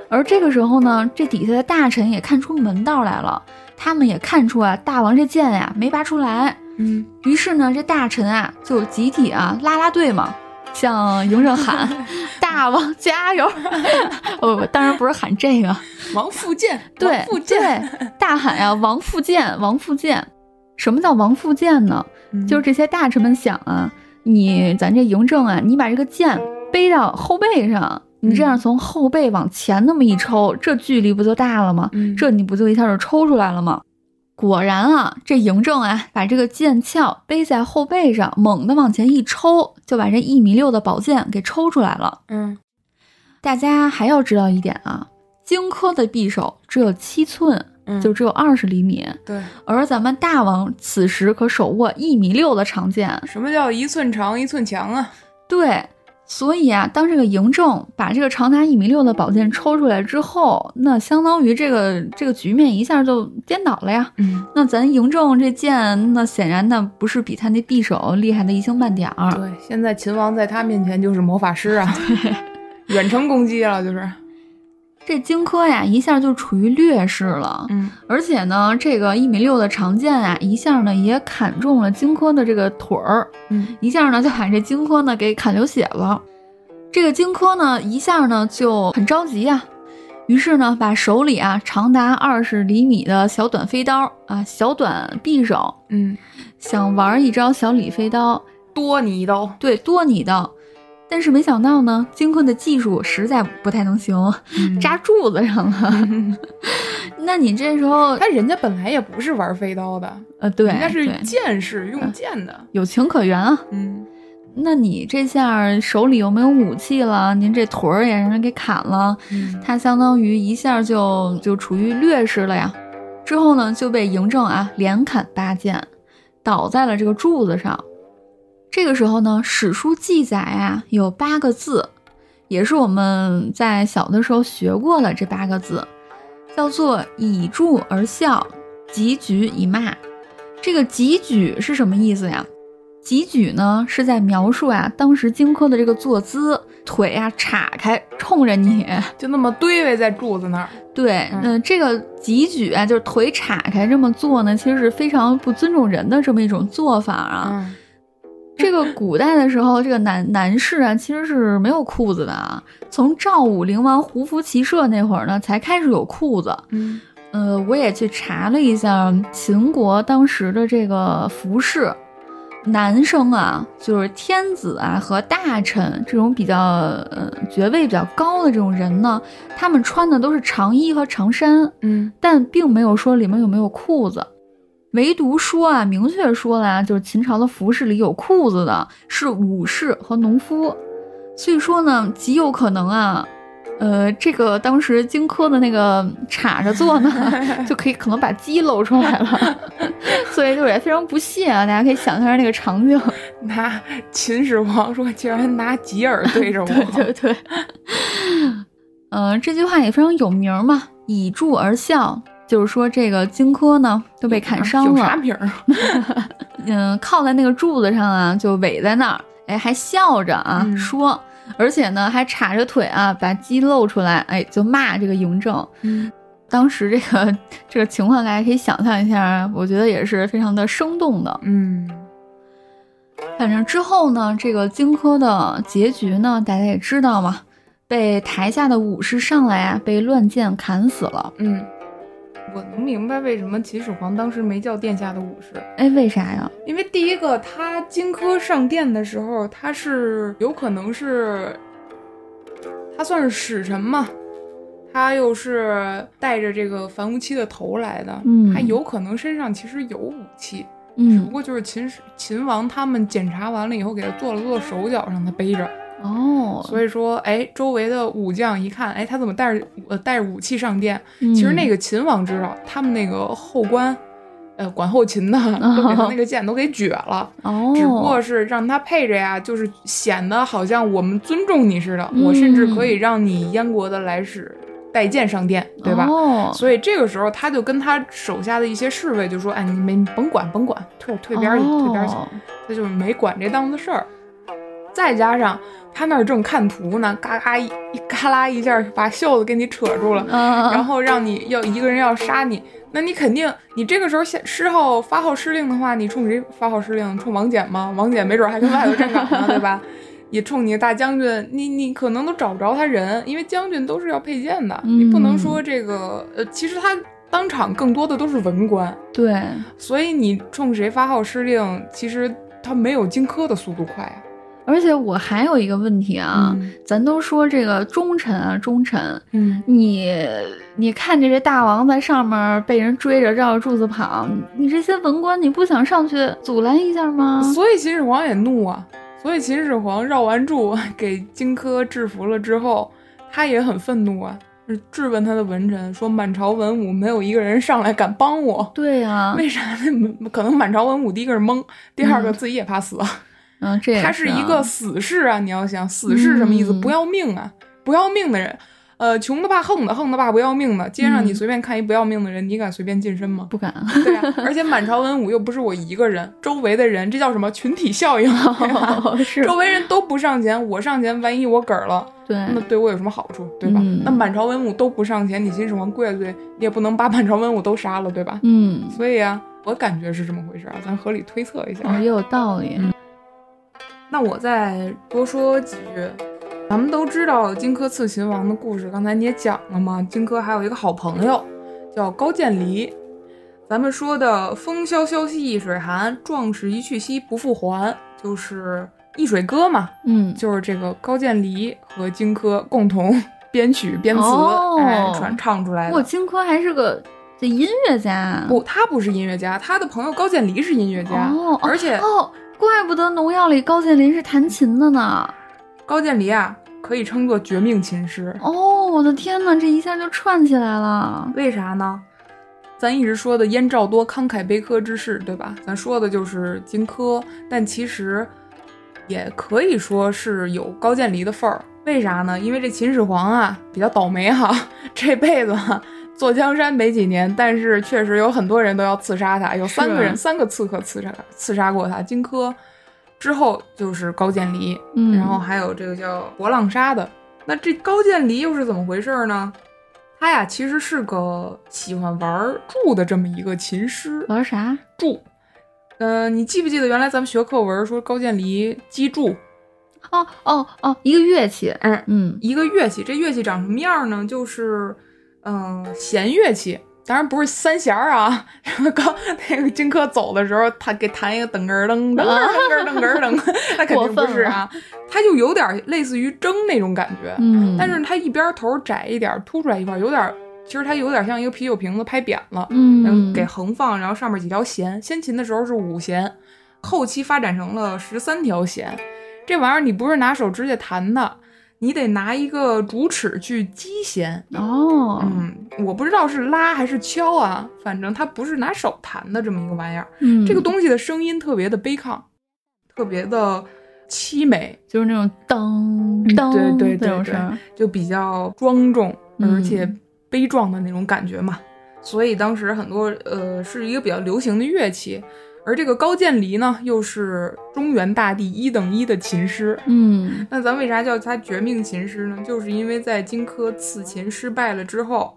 Speaker 2: 而这个时候呢，这底下的大臣也看出门道来了，他们也看出啊，大王这剑呀没拔出来，
Speaker 1: 嗯，
Speaker 2: 于是呢，这大臣啊就集体啊拉拉队嘛，向嬴政喊：“ 大王加油！” 哦，不当然不是喊这个，
Speaker 1: 王复剑，
Speaker 2: 对
Speaker 1: 王复剑，
Speaker 2: 对，大喊呀、王复建，王复建。”什么叫王复建呢？
Speaker 1: 嗯
Speaker 2: 就是这些大臣们想啊，你咱这嬴政啊，你把这个剑背到后背上，你这样从后背往前那么一抽，这距离不就大了吗？
Speaker 1: 嗯
Speaker 2: 这你不就一下就抽出来了吗？果然啊，这嬴政啊，把这个剑鞘背在后背上，猛地往前一抽，就把这一米六的宝剑给抽出来了。
Speaker 1: 嗯
Speaker 2: 大家还要知道一点啊，荆轲的匕首只有七寸，
Speaker 1: 嗯
Speaker 2: 就只有二十厘米，
Speaker 1: 对，
Speaker 2: 而咱们大王此时可手握一米六的长剑。
Speaker 1: 什么叫一寸长一寸强啊？
Speaker 2: 对，所以啊，当这个嬴政把这个长达一米六的宝剑抽出来之后，那相当于这个这个局面一下就颠倒了呀。
Speaker 1: 嗯，
Speaker 2: 那咱嬴政这剑，那显然那不是比他那匕首厉害的一星半点儿。
Speaker 1: 对，啊现在秦王在他面前就是魔法师 啊，远程攻击了，就是，
Speaker 2: 这荆轲呀，一下就处于劣势了。
Speaker 1: 嗯
Speaker 2: 而且呢，这个一米六的长剑啊，一下呢也砍中了荆轲的这个腿儿，
Speaker 1: 嗯
Speaker 2: 一下呢就把这荆轲呢给砍流血了。这个荆轲呢一下呢就很着急呀、于是呢把手里啊长达二十厘米的小短飞刀啊小短匕首，
Speaker 1: 嗯，
Speaker 2: 想玩一招小李飞刀，
Speaker 1: 多你一刀，
Speaker 2: 对，多你的。但是没想到呢，荆轲的技术实在不太能行，嗯扎柱子上了。
Speaker 1: 嗯。
Speaker 2: 那你这时候，
Speaker 1: 但人家本来也不是玩飞刀的，
Speaker 2: 呃，对，
Speaker 1: 人家是
Speaker 2: 对嗯
Speaker 1: 剑士，用剑的。
Speaker 2: 有情可原啊。
Speaker 1: 嗯
Speaker 2: 那你这下儿手里又没有武器了，您这腿儿也让人给砍了，
Speaker 1: 嗯
Speaker 2: 他相当于一下就就处于劣势了呀。之后呢，就被嬴政啊连砍八剑，倒在了这个柱子上。这个时候呢，史书记载啊有八个字，也是我们在小的时候学过了这八个字，叫做“以柱而笑，汲举以骂”。这个“汲举”是什么意思呀？汲举呢，是在描述啊，当时荆轲的这个坐姿，腿啊岔开，冲着你。
Speaker 1: 就那么堆围在柱子那儿。
Speaker 2: 对，
Speaker 1: 嗯
Speaker 2: 嗯、这个汲举啊，就是腿岔开这么做呢，其实是非常不尊重人的这么一种做法啊。
Speaker 1: 嗯，
Speaker 2: 这个古代的时候，这个男男士啊，其实是没有裤子的啊。从赵武灵王胡服骑射那会儿呢，才开始有裤子。
Speaker 1: 嗯
Speaker 2: 呃，我也去查了一下秦国当时的这个服饰，男生啊，就是天子啊和大臣这种比较呃爵位比较高的这种人呢，他们穿的都是长衣和长衫，
Speaker 1: 嗯
Speaker 2: 但并没有说里面有没有裤子。唯独说啊，明确说了啊，就是秦朝的服饰里有裤子的是武士和农夫，所以说呢，极有可能啊，呃，这个当时荆轲的那个叉着坐呢， 就可以可能把鸡露出来 了，所以就是也非常不屑啊，大家可以想象一下那个场景。
Speaker 1: 拿秦始皇说，竟然拿吉尔对着我。
Speaker 2: 对对对，嗯、这句话也非常有名儿嘛，“以柱而笑”，就是说这个荆轲呢都被砍伤
Speaker 1: 啊有
Speaker 2: 了，
Speaker 1: 啥名儿？
Speaker 2: 嗯，靠在那个柱子上啊，就围在那儿，哎，还笑着啊、
Speaker 1: 嗯
Speaker 2: 说，而且呢还叉着腿啊，把鸡露出来，哎，就骂这个嬴政。
Speaker 1: 嗯
Speaker 2: 当时这个这个情况，大家可以想象一下，啊我觉得也是非常的生动的。
Speaker 1: 嗯
Speaker 2: 反正之后呢，这个荆轲的结局呢，大家也知道嘛，被台下的武士上来啊，被乱箭砍死了。
Speaker 1: 嗯，我能明白为什么秦始皇当时没叫殿下的武士，
Speaker 2: 哎，为啥呀？
Speaker 1: 因为第一个，他荆轲上殿的时候，他是有可能是，他算是使臣嘛，他又是带着这个樊无期的头来的，
Speaker 2: 嗯
Speaker 1: 他有可能身上其实有武器，只不
Speaker 2: 嗯，
Speaker 1: 过就是秦始秦王他们检查完了以后，给他做了做手脚，让他背着。
Speaker 2: 哦，
Speaker 1: 所以说，哎，周围的武将一看，哎，他怎么带着呃带着武器上殿？
Speaker 2: 以
Speaker 1: 其实那
Speaker 2: 个，
Speaker 1: 个秦王知道，他们那个后官，呃，管后勤的都给他那个剑都给撅了。
Speaker 2: 啊哦，
Speaker 1: 只不过是让他配着呀，就是显得好像我们尊重你似的。
Speaker 2: 嗯
Speaker 1: 我甚至可以让你燕国的来使带剑上殿，对吧？
Speaker 2: 哦，
Speaker 1: 所以这个时候，他就跟他手下的一些侍卫就说：“哎，你没甭管，甭管，退退边儿去，退边儿去。
Speaker 2: 哦”
Speaker 1: 他就是没管这档子事儿。再加上他那儿正看图呢，嘎嘎一一嘎啦一下把袖子给你扯住了，
Speaker 2: 嗯，
Speaker 1: 然后让你要一个人要杀你，那你肯定，你这个时候下施号发号施令的话，你冲谁发号施令？冲王翦吗？王翦没准还跟外头站岗呢，对吧？也冲你的大将军，你你可能都找不着他人，因为将军都是要配剑的，你不能
Speaker 2: 嗯
Speaker 1: 说这个呃，其实他当场更多的都是文官，
Speaker 2: 对，
Speaker 1: 所以你冲谁发号施令，其实他没有荆轲的速度快啊。
Speaker 2: 而且我还有一个问题啊，咱都说这个忠臣啊，忠臣，
Speaker 1: 嗯，
Speaker 2: 你你看着这大王在上面被人追着绕着柱子跑，你这些文官你不想上去阻拦一下吗？
Speaker 1: 所以秦始皇也怒啊，所以 秦始皇绕完柱给荆轲制服了之后，他也很愤怒啊。质问他的文臣，说满朝文武没有一个人上来敢帮我。
Speaker 2: 对呀、
Speaker 1: 为啥呢？可能满朝文武第一个是懵，第二个自己也怕死。
Speaker 2: 嗯，这也
Speaker 1: 他
Speaker 2: 是
Speaker 1: 是
Speaker 2: 啊
Speaker 1: 一个死士啊！你要想死士什么意思？
Speaker 2: 嗯
Speaker 1: 不要命啊！不要命的人，呃，穷的怕，横的，横的怕不要命的。街上
Speaker 2: 嗯
Speaker 1: 你随便看一不要命的人，你敢随便近身吗？
Speaker 2: 不敢，
Speaker 1: 对啊，而且满朝文武又不是我一个人，周围的人，这叫什么群体效 应？对吧
Speaker 2: 哦是
Speaker 1: 周围人都不上前，我上前，万一我梗儿了，
Speaker 2: 对
Speaker 1: 那对我有什么好处，对吧？
Speaker 2: 嗯
Speaker 1: 那满朝文武都不上前，你秦始皇跪下去，你也不能把满朝文武都杀了，对吧？
Speaker 2: 嗯，
Speaker 1: 所以啊，我感觉是这么回事啊，咱合理推测一下。啊
Speaker 2: 哦，也有道理，
Speaker 1: 那我再多说几句。咱们都知道荆轲刺秦王的故事，刚才你也讲了嘛。荆轲还有一个好朋友叫高渐离。咱们说的“风萧萧兮易水寒，壮士一去兮不复还”，就是《易水歌》嘛，
Speaker 2: 嗯，
Speaker 1: 就是这个高渐离和荆轲共同 编曲编词，
Speaker 2: 哦
Speaker 1: 哎，传唱出来
Speaker 2: 我
Speaker 1: 的。
Speaker 2: 荆轲还是个这音乐家，
Speaker 1: 不，他不是音乐家，他的朋友高渐离是音乐家，
Speaker 2: 哦哦
Speaker 1: 而且
Speaker 2: 哦，怪不得农药里高渐离是弹琴的呢。
Speaker 1: 高渐离啊可以称作绝命琴师。
Speaker 2: 哦，我的天呐，这一下就串起来了。
Speaker 1: 为啥呢？咱一直说的燕赵多慷慨悲歌之士，对吧？咱说的就是荆轲，但其实也可以说是有高渐离的份儿。为啥呢？因为这秦始皇啊比较倒霉哈， 这辈子啊坐江山没几年，但是确实有很多人都要刺杀他，有三个人，
Speaker 2: 是
Speaker 1: 三个刺客刺杀刺杀过他。荆轲之后就是高渐离，
Speaker 2: 嗯，
Speaker 1: 然后还有这个叫博浪沙的。那这高渐离又是怎么回事儿呢？他呀其实是个喜欢玩柱的这么一个琴师。
Speaker 2: 玩啥？
Speaker 1: 柱，呃，你记不记得原来咱们学课文说高渐离击柱？
Speaker 2: 哦哦哦，一个乐器。
Speaker 1: 嗯，
Speaker 2: 嗯
Speaker 1: 一个乐器，这乐器长什么样呢？就是，嗯、弦乐器。当然不是三弦儿啊， 刚那个荆轲走的时候，他给弹一个噔个噔噔个噔个噔，那肯定不是啊，他就有点类似于筝那种感觉，
Speaker 2: 嗯，
Speaker 1: 但是它一边头窄一点，凸出来一块，有点，其实它有点像一个啤酒瓶子拍扁了，
Speaker 2: 嗯，
Speaker 1: 给横放，然后上面几条弦。先秦的时候是五弦，后期发展成了十三条弦。这玩意儿你不是拿手指甲弹的，你得拿一个竹尺去击弦。
Speaker 2: 哦，
Speaker 1: 嗯，我不知道是拉还是敲啊，反正它不是拿手弹的这么一个玩意儿。
Speaker 2: 嗯，
Speaker 1: 这个东西的声音特别的悲抗，特别的凄美，
Speaker 2: 就是那种当当
Speaker 1: 对嗯对对
Speaker 2: 那种
Speaker 1: 对
Speaker 2: 声儿。
Speaker 1: 就比较庄重，
Speaker 2: 嗯
Speaker 1: 而且悲壮的那种感觉嘛。所以当时很多呃是一个比较流行的乐器，而这个高渐离呢，又是中原大地一等一的琴师。
Speaker 2: 嗯
Speaker 1: 那咱为啥叫他绝命琴师呢？就是因为在荆轲刺秦失败了之后，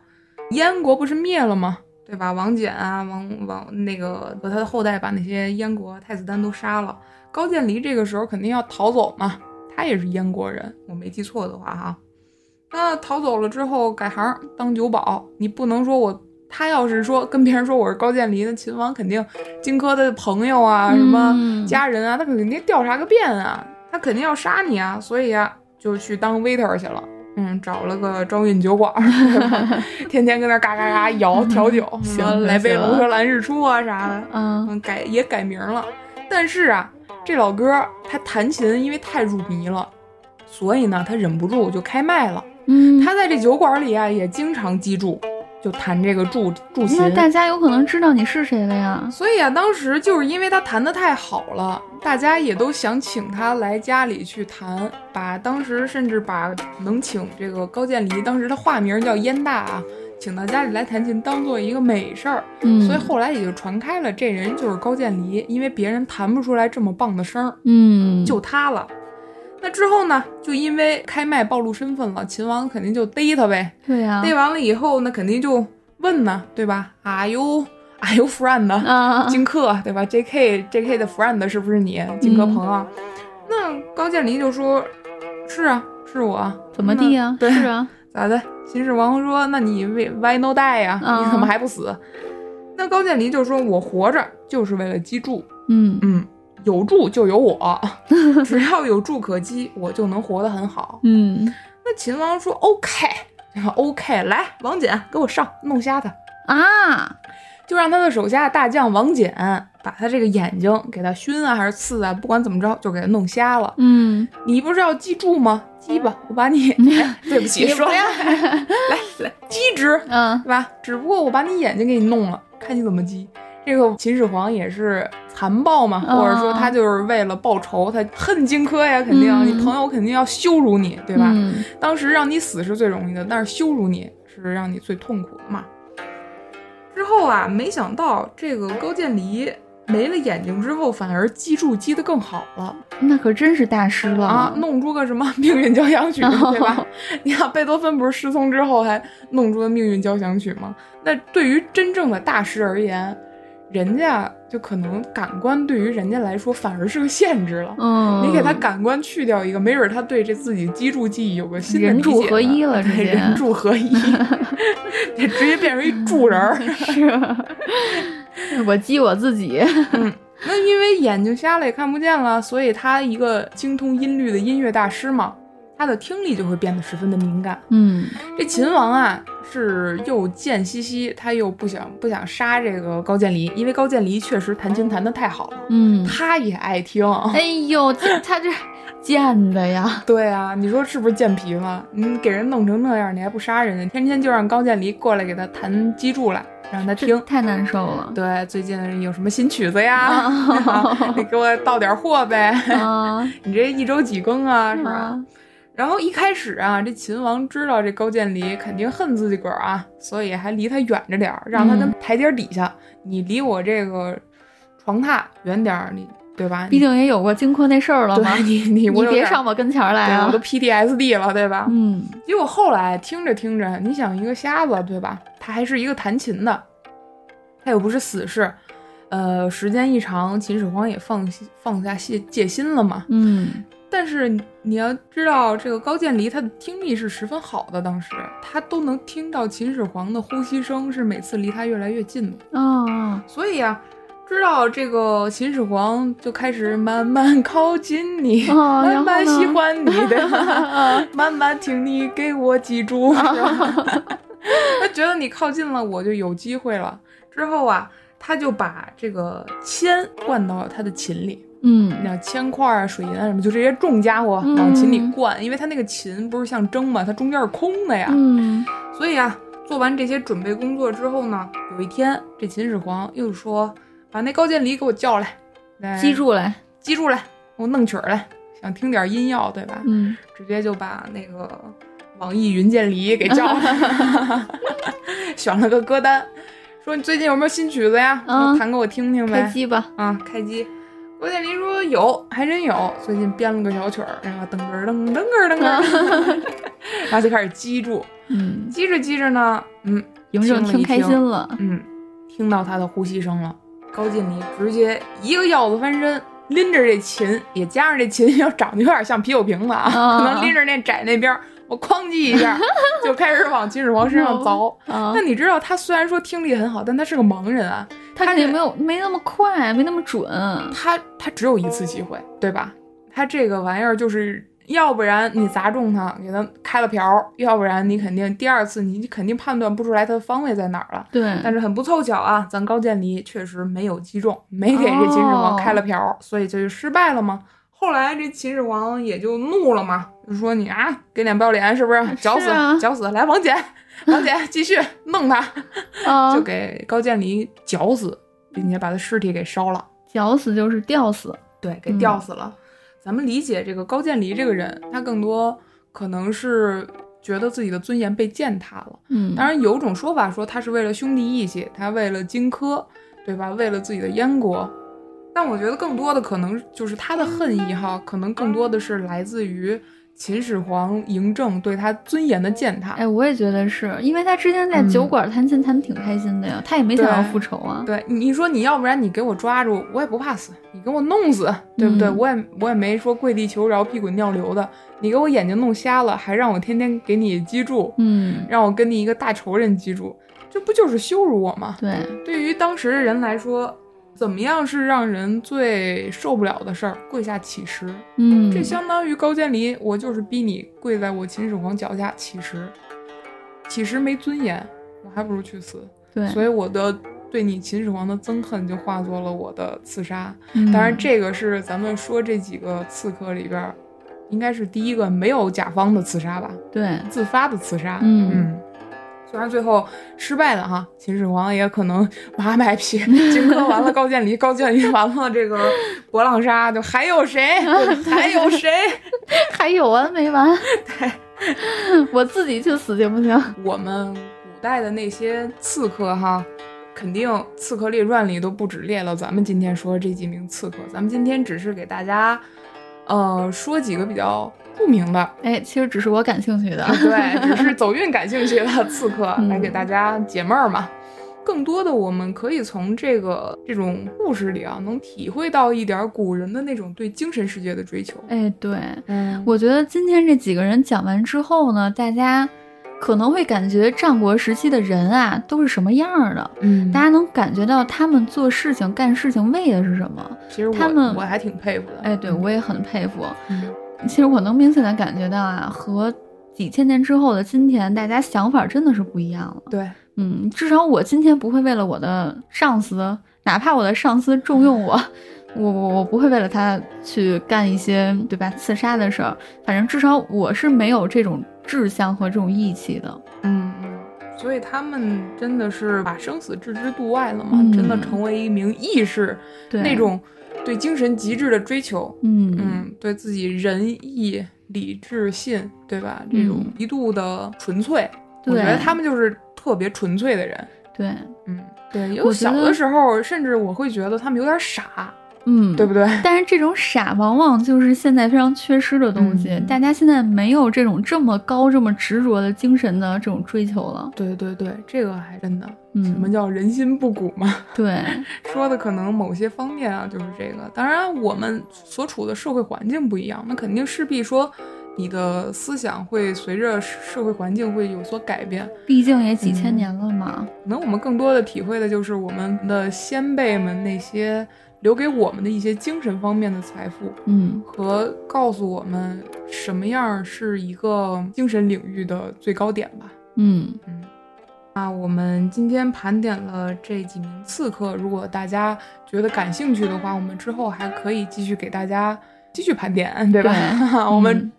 Speaker 1: 燕国不是灭了吗？对吧？王翦啊，王王那个和他的后代把那些燕国太子丹都杀了。高渐离这个时候肯定要逃走嘛，他也是燕国人，我没记错的话哈。那逃走了之后改行当酒保，你不能说我他要是说跟别人说我是高渐离，那秦王肯定荆轲的朋友啊，什么
Speaker 2: 嗯
Speaker 1: 家人啊，他肯定调查个遍啊，他肯定要杀你啊，所以啊，就去当 waiter 去了。嗯，找了个招运酒馆，天天跟那儿 嘎嘎嘎摇调酒，什么
Speaker 2: 行
Speaker 1: 来杯
Speaker 2: 行
Speaker 1: 龙舌兰日出啊啥的。
Speaker 2: 嗯
Speaker 1: 嗯，改也改名了。但是啊，这老哥儿他弹琴因为太入迷了，所以呢，他忍不住就开麦了。
Speaker 2: 嗯，
Speaker 1: 他在这酒馆里啊，也经常击筑，就弹这个筑筑琴。
Speaker 2: 那大家有可能知道你是谁了呀？
Speaker 1: 所以啊，当时就是因为他弹得太好了，大家也都想请他来家里去弹，把当时甚至把能请这个高渐离，当时他化名叫燕大啊，请到家里来弹琴，当做一个美事儿。啊
Speaker 2: 嗯，
Speaker 1: 所以后来也就传开了，这人就是高渐离，因为别人弹不出来这么棒的声儿，
Speaker 2: 嗯
Speaker 1: 就他了。那之后呢，就因为开麦暴露身份了，秦王肯定就逮他呗。
Speaker 2: 对呀
Speaker 1: 逮完了以后呢，肯定就问呢，对吧？Are you Are you friend？
Speaker 2: 啊，
Speaker 1: 荆轲对吧？J.K. J.K. 的 friend 是不是你？荆
Speaker 2: 嗯
Speaker 1: 轲朋友？那高渐离就说：“是啊，是我啊。”
Speaker 2: 怎么地呀？
Speaker 1: 对
Speaker 2: 是啊，
Speaker 1: 咋的？秦始皇说：“那你为 why no die 呀、
Speaker 2: 嗯
Speaker 1: 你怎么还不死？”那高渐离就说：“我活着就是为了击筑，
Speaker 2: 嗯
Speaker 1: 嗯，有柱就有 我，只要有柱可击，我就能活得很好。
Speaker 2: 嗯”
Speaker 1: 那秦王说：“OK，对吧 OK，来，王翦给我上，弄瞎他，
Speaker 2: 啊，
Speaker 1: 就让他的手下大将王翦把他这个眼睛给他熏啊还是刺啊，不管怎么着就给他弄瞎了。
Speaker 2: 嗯，
Speaker 1: 你不是要击筑吗？击吧，我把 你，哎对不起，
Speaker 2: 也不
Speaker 1: 说
Speaker 2: 要
Speaker 1: 来来击之，
Speaker 2: 嗯
Speaker 1: 对吧？只不过我把你眼睛给你弄了，看你怎么击。这个秦始皇也是残暴嘛，
Speaker 2: 嗯
Speaker 1: 或者说他就是为了报仇，他恨荆轲呀，肯定、啊
Speaker 2: 嗯
Speaker 1: 你朋友肯定要羞辱你，对吧？
Speaker 2: 嗯
Speaker 1: 当时让你死是最容易的，但是羞辱你是让你最痛苦的嘛。之后啊，没想到这个高渐离没了眼睛之后，反而击筑击得更好了
Speaker 2: 那可真是大师了
Speaker 1: 啊，弄出个什么命运交响曲，对吧？ 你看贝多芬不是失聪之后还弄出了命运交响曲吗？那对于真正的大师而言，人家就可能感官对于人家来说反而是个限制了。
Speaker 2: 嗯，
Speaker 1: 你给他感官去掉一个，没准儿他对这自己脊柱记忆有个新的
Speaker 2: 人
Speaker 1: 理解
Speaker 2: 柱
Speaker 1: 呢
Speaker 2: 合一了直
Speaker 1: 对，
Speaker 2: 接
Speaker 1: 人柱合 一，这直接变成一柱人儿。
Speaker 2: 是， 我激我自己，
Speaker 1: 那因为眼睛瞎了也看不见了，所以他一个精通音律的音乐大师嘛，他的听力就会变得十分的敏感。
Speaker 2: 嗯
Speaker 1: 这秦王啊，是又贱兮兮，他又不想不想杀这个高渐离，因为高渐离确实弹琴弹得太好了，
Speaker 2: 嗯，
Speaker 1: 他也爱听。
Speaker 2: 哎呦，这他这贱的呀，
Speaker 1: 对啊，你说是不是贱皮吗？你给人弄成那样，你还不杀人家，天天就让高渐离过来给他弹击筑来，让他听。
Speaker 2: 太难受了
Speaker 1: 对，最近有什么新曲子呀？
Speaker 2: 啊
Speaker 1: 你给我到点货 呗！
Speaker 2: 啊
Speaker 1: 你这一周几更啊？ 是吧？
Speaker 2: 啊！
Speaker 1: 然后一开始啊，这秦王知道这高渐离肯定恨自己个儿啊，所以还离他远着点儿，让他
Speaker 2: 嗯
Speaker 1: 跟台阶底下，你离我这个床榻远点儿，你对吧？
Speaker 2: 毕竟也有过荆轲那事儿了嘛，
Speaker 1: 对你你 我
Speaker 2: 你
Speaker 1: 有
Speaker 2: 别
Speaker 1: 点
Speaker 2: 上我跟前儿来
Speaker 1: 对，
Speaker 2: 啊
Speaker 1: 我都！PTSD 了，对吧？
Speaker 2: 嗯
Speaker 1: 结果后来听着听着，你想一个瞎子对吧？他还是一个弹琴的，他又不是死士，呃，时间一长，秦始皇也放心放下戒戒心了嘛。
Speaker 2: 嗯
Speaker 1: 但是你要知道，这个高渐离他的听力是十分好的，当时他都能听到秦始皇的呼吸声，是每次离他越来越近的。
Speaker 2: 哦，
Speaker 1: 所以啊，知道这个秦始皇就开始慢慢 靠近你，
Speaker 2: 哦然
Speaker 1: 慢
Speaker 2: 后
Speaker 1: 慢
Speaker 2: 呢
Speaker 1: 喜欢你的， 慢慢请你给我记
Speaker 2: 哦
Speaker 1: 住。是吧 他觉得你靠近了，我就有机会了。之后啊，他就把这个铅灌到他的琴里，
Speaker 2: 嗯
Speaker 1: 那铅块啊、水银啊什么，就这些重家伙
Speaker 2: 嗯
Speaker 1: 往琴里灌，因为他那个琴不是像筝嘛，它中间是空的呀。
Speaker 2: 嗯
Speaker 1: 所以啊，做完这些准备工作之后呢，有一天这秦始皇又说：“把那高渐离给我叫来，来
Speaker 2: 嗯记住来，
Speaker 1: 记住来，给我弄曲儿来，想听点音乐，对吧？”
Speaker 2: 嗯
Speaker 1: 直接就把那个网易云渐离给叫 来，选了个歌单，说：“你最近有没有新曲子呀？
Speaker 2: 嗯
Speaker 1: 弹给我听听呗。
Speaker 2: 开机吧，
Speaker 1: 啊，开机。郭建林说有，还真有。最近编了个小曲儿，然后噔噔儿噔噔噔噔儿，然后就开始击住，
Speaker 2: 嗯，
Speaker 1: 击着击着呢，嗯
Speaker 2: 嬴政听开心了，
Speaker 1: 嗯，听到他的呼吸声了。高进离直接一个腰子翻身，拎着这琴，也加上这琴要长得有点像啤酒瓶子啊，
Speaker 2: 啊
Speaker 1: 可能拎着那窄那边儿，我哐叽一 下就开始往秦始皇身上凿。
Speaker 2: 啊
Speaker 1: 那，你知道他虽然说听力很好，但他是个盲人啊，
Speaker 2: 他肯
Speaker 1: 这
Speaker 2: 定没有没那么快，没那么准，
Speaker 1: 他他只有一次机会，对吧？他这个玩意儿就是，要不然你砸中他，给他开了瓢儿，要不然你肯定第二次你肯定判断不出来他的方位在哪儿了。
Speaker 2: 对，
Speaker 1: 但是很不凑巧啊，咱高渐离确实没有击中，没给这秦始皇开
Speaker 2: 哦
Speaker 1: 了瓢儿，所以这就失败了嘛。后来这秦始皇也就怒了嘛，就说你啊，给脸不要脸是不是？绞死，
Speaker 2: 是啊
Speaker 1: 绞死！来，王翦，王翦继续弄他，
Speaker 2: 啊
Speaker 1: 就，给高渐离绞死，并且把他尸体给烧了。
Speaker 2: 绞死就是吊死，
Speaker 1: 对，给
Speaker 2: 嗯
Speaker 1: 吊死了。咱们理解这个高渐离这个人，他更多可能是觉得自己的尊严被践踏了。
Speaker 2: 嗯，
Speaker 1: 当然，有种说法说他是为了兄弟义气，他为了荆轲，对吧？为了自己的燕国。但我觉得更多的可能就是他的恨意哈，可能更多的是来自于秦始皇嬴政对他尊严的践踏。
Speaker 2: 哎，我也觉得是因为他之前在酒馆弹琴弹得挺开心的呀，他也没想要
Speaker 1: 嗯对
Speaker 2: 复仇啊。
Speaker 1: 对，你你说你要不然你给我抓住，我也不怕死；你给我弄死，对不对？
Speaker 2: 嗯
Speaker 1: 我也我也没说跪地求饶、屁滚尿流的。你给我眼睛弄瞎了，还让我天天给你击筑，
Speaker 2: 嗯，
Speaker 1: 让我跟你一个大仇人击筑，这不就是羞辱我吗？
Speaker 2: 对，
Speaker 1: 对于当时的人来说，怎么样是让人最受不了的事儿？跪下乞食，
Speaker 2: 嗯，
Speaker 1: 这相当于高渐离，我就是逼你跪在我秦始皇脚下乞食，乞食没尊严，我还不如去死。
Speaker 2: 对，
Speaker 1: 所以我的对你秦始皇的憎恨就化作了我的刺杀。
Speaker 2: 嗯
Speaker 1: 当然，这个是咱们说这几个刺客里边儿，应该是第一个没有甲方的刺杀吧，
Speaker 2: 对，
Speaker 1: 自发的刺杀。
Speaker 2: 嗯
Speaker 1: 虽然最后失败了哈，秦始皇也可能马买皮，荆轲完了，高渐离，高渐离完了，这个博浪沙就还有谁，还有谁？
Speaker 2: 还有完 没完？ 我自己去死行不行？
Speaker 1: 我们古代的那些刺客哈，肯定《刺客列传》里都不止列了咱们今天说这几名刺客，咱们今天只是给大家，呃，说几个比较著名的，
Speaker 2: 哎，其实只是我感兴趣的。
Speaker 1: 啊
Speaker 2: 啊
Speaker 1: 对，只是走运感兴趣的刺客
Speaker 2: 嗯
Speaker 1: 来给大家解闷儿嘛。更多的，我们可以从这个这种故事里啊，能体会到一点儿古人的那种对精神世界的追求。
Speaker 2: 哎，对，
Speaker 1: 嗯
Speaker 2: 我觉得今天这几个人讲完之后呢，大家可能会感觉战国时期的人啊都是什么样儿的，
Speaker 1: 嗯
Speaker 2: 大家能感觉到他们做事情、干事情为的是什么。
Speaker 1: 其实我
Speaker 2: 他们
Speaker 1: 我还挺佩服的。
Speaker 2: 哎，对我也很佩服。
Speaker 1: 嗯，
Speaker 2: 其实我能明显的感觉到啊，和几千年之后的今天，大家想法真的是不一样了。
Speaker 1: 对，
Speaker 2: 嗯，至少我今天不会为了我的上司，哪怕我的上司重用我， 我我我不会为了他去干一些对吧刺杀的事儿。反正至少我是没有这种志向和这种义气的。
Speaker 1: 嗯，嗯，所以他们真的是把生死置之度外了嘛，
Speaker 2: 嗯
Speaker 1: 真的成为一名义士，
Speaker 2: 对，
Speaker 1: 那种对精神极致的追求，
Speaker 2: 嗯
Speaker 1: 嗯，对自己仁义礼智信，对吧？这种
Speaker 2: 嗯
Speaker 1: 一度的纯粹，我
Speaker 2: 对
Speaker 1: 觉得他们就是特别纯粹的人，
Speaker 2: 对，
Speaker 1: 嗯，对，有
Speaker 2: 我觉
Speaker 1: 小
Speaker 2: 得
Speaker 1: 的时候，甚至我会觉得他们有点傻，
Speaker 2: 嗯，
Speaker 1: 对不 对？
Speaker 2: 但是这种傻往往就是现在非常缺失的东西，
Speaker 1: 嗯
Speaker 2: 大家现在没有这种这么高、这么执着的精神的这种追求了。
Speaker 1: 对对对，这个还真的，
Speaker 2: 嗯，
Speaker 1: 什么叫人心不古嘛？
Speaker 2: 对，
Speaker 1: 说的可能某些方面啊，就是这个。当然，我们所处的社会环境不一样，那肯定势必说你的思想会随着社会环境会有所改变。
Speaker 2: 毕竟也几千
Speaker 1: 嗯
Speaker 2: 年了嘛。
Speaker 1: 可能我们更多的体会的就是我们的先辈们那些留给我们的一些精神方面的财富，
Speaker 2: 嗯
Speaker 1: 和告诉我们什么样是一个精神领域的最高点吧。
Speaker 2: 嗯
Speaker 1: 嗯，那我们今天盘点了这几名刺客，如果大家觉得感兴趣的话，我们之后还可以继续给大家继续盘点，对吧？
Speaker 2: 对
Speaker 1: 我们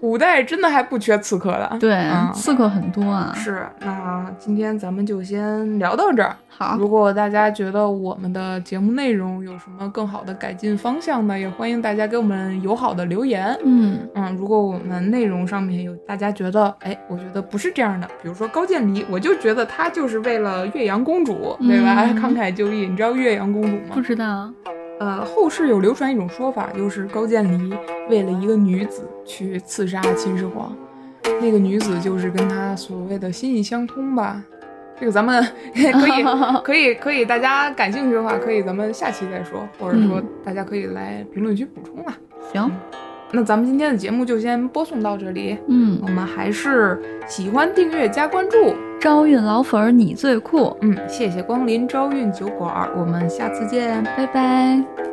Speaker 1: 古代真的还不缺刺客的。
Speaker 2: 对，
Speaker 1: 嗯
Speaker 2: 刺客很多啊。
Speaker 1: 是，那今天咱们就先聊到这儿。
Speaker 2: 好，
Speaker 1: 如果大家觉得我们的节目内容有什么更好的改进方向呢，也欢迎大家给我们友好的留言。
Speaker 2: 嗯
Speaker 1: 嗯，如果我们内容上面有大家觉得，哎，我觉得不是这样的，比如说高渐离，我就觉得他就是为了岳阳公主，对吧？
Speaker 2: 嗯
Speaker 1: 慷慨就义，你知道岳阳公主
Speaker 2: 不
Speaker 1: 吗？
Speaker 2: 知道，啊
Speaker 1: 呃，后世有流传一种说法，就是高渐离为了一个女子去刺杀秦始皇，那个女子就是跟他所谓的心意相通吧。这个咱们 可以可以可以，大家感兴趣的话，可以咱们下期再说，或者说
Speaker 2: 嗯
Speaker 1: 大家可以来评论区补充啊。
Speaker 2: 行，
Speaker 1: 那咱们今天的节目就先播送到这里，我
Speaker 2: 嗯，
Speaker 1: 们还是喜欢订阅加关注，
Speaker 2: 招运老粉儿你最酷，
Speaker 1: 嗯，谢谢光临朝韵酒馆，我们下次见。
Speaker 2: 拜拜。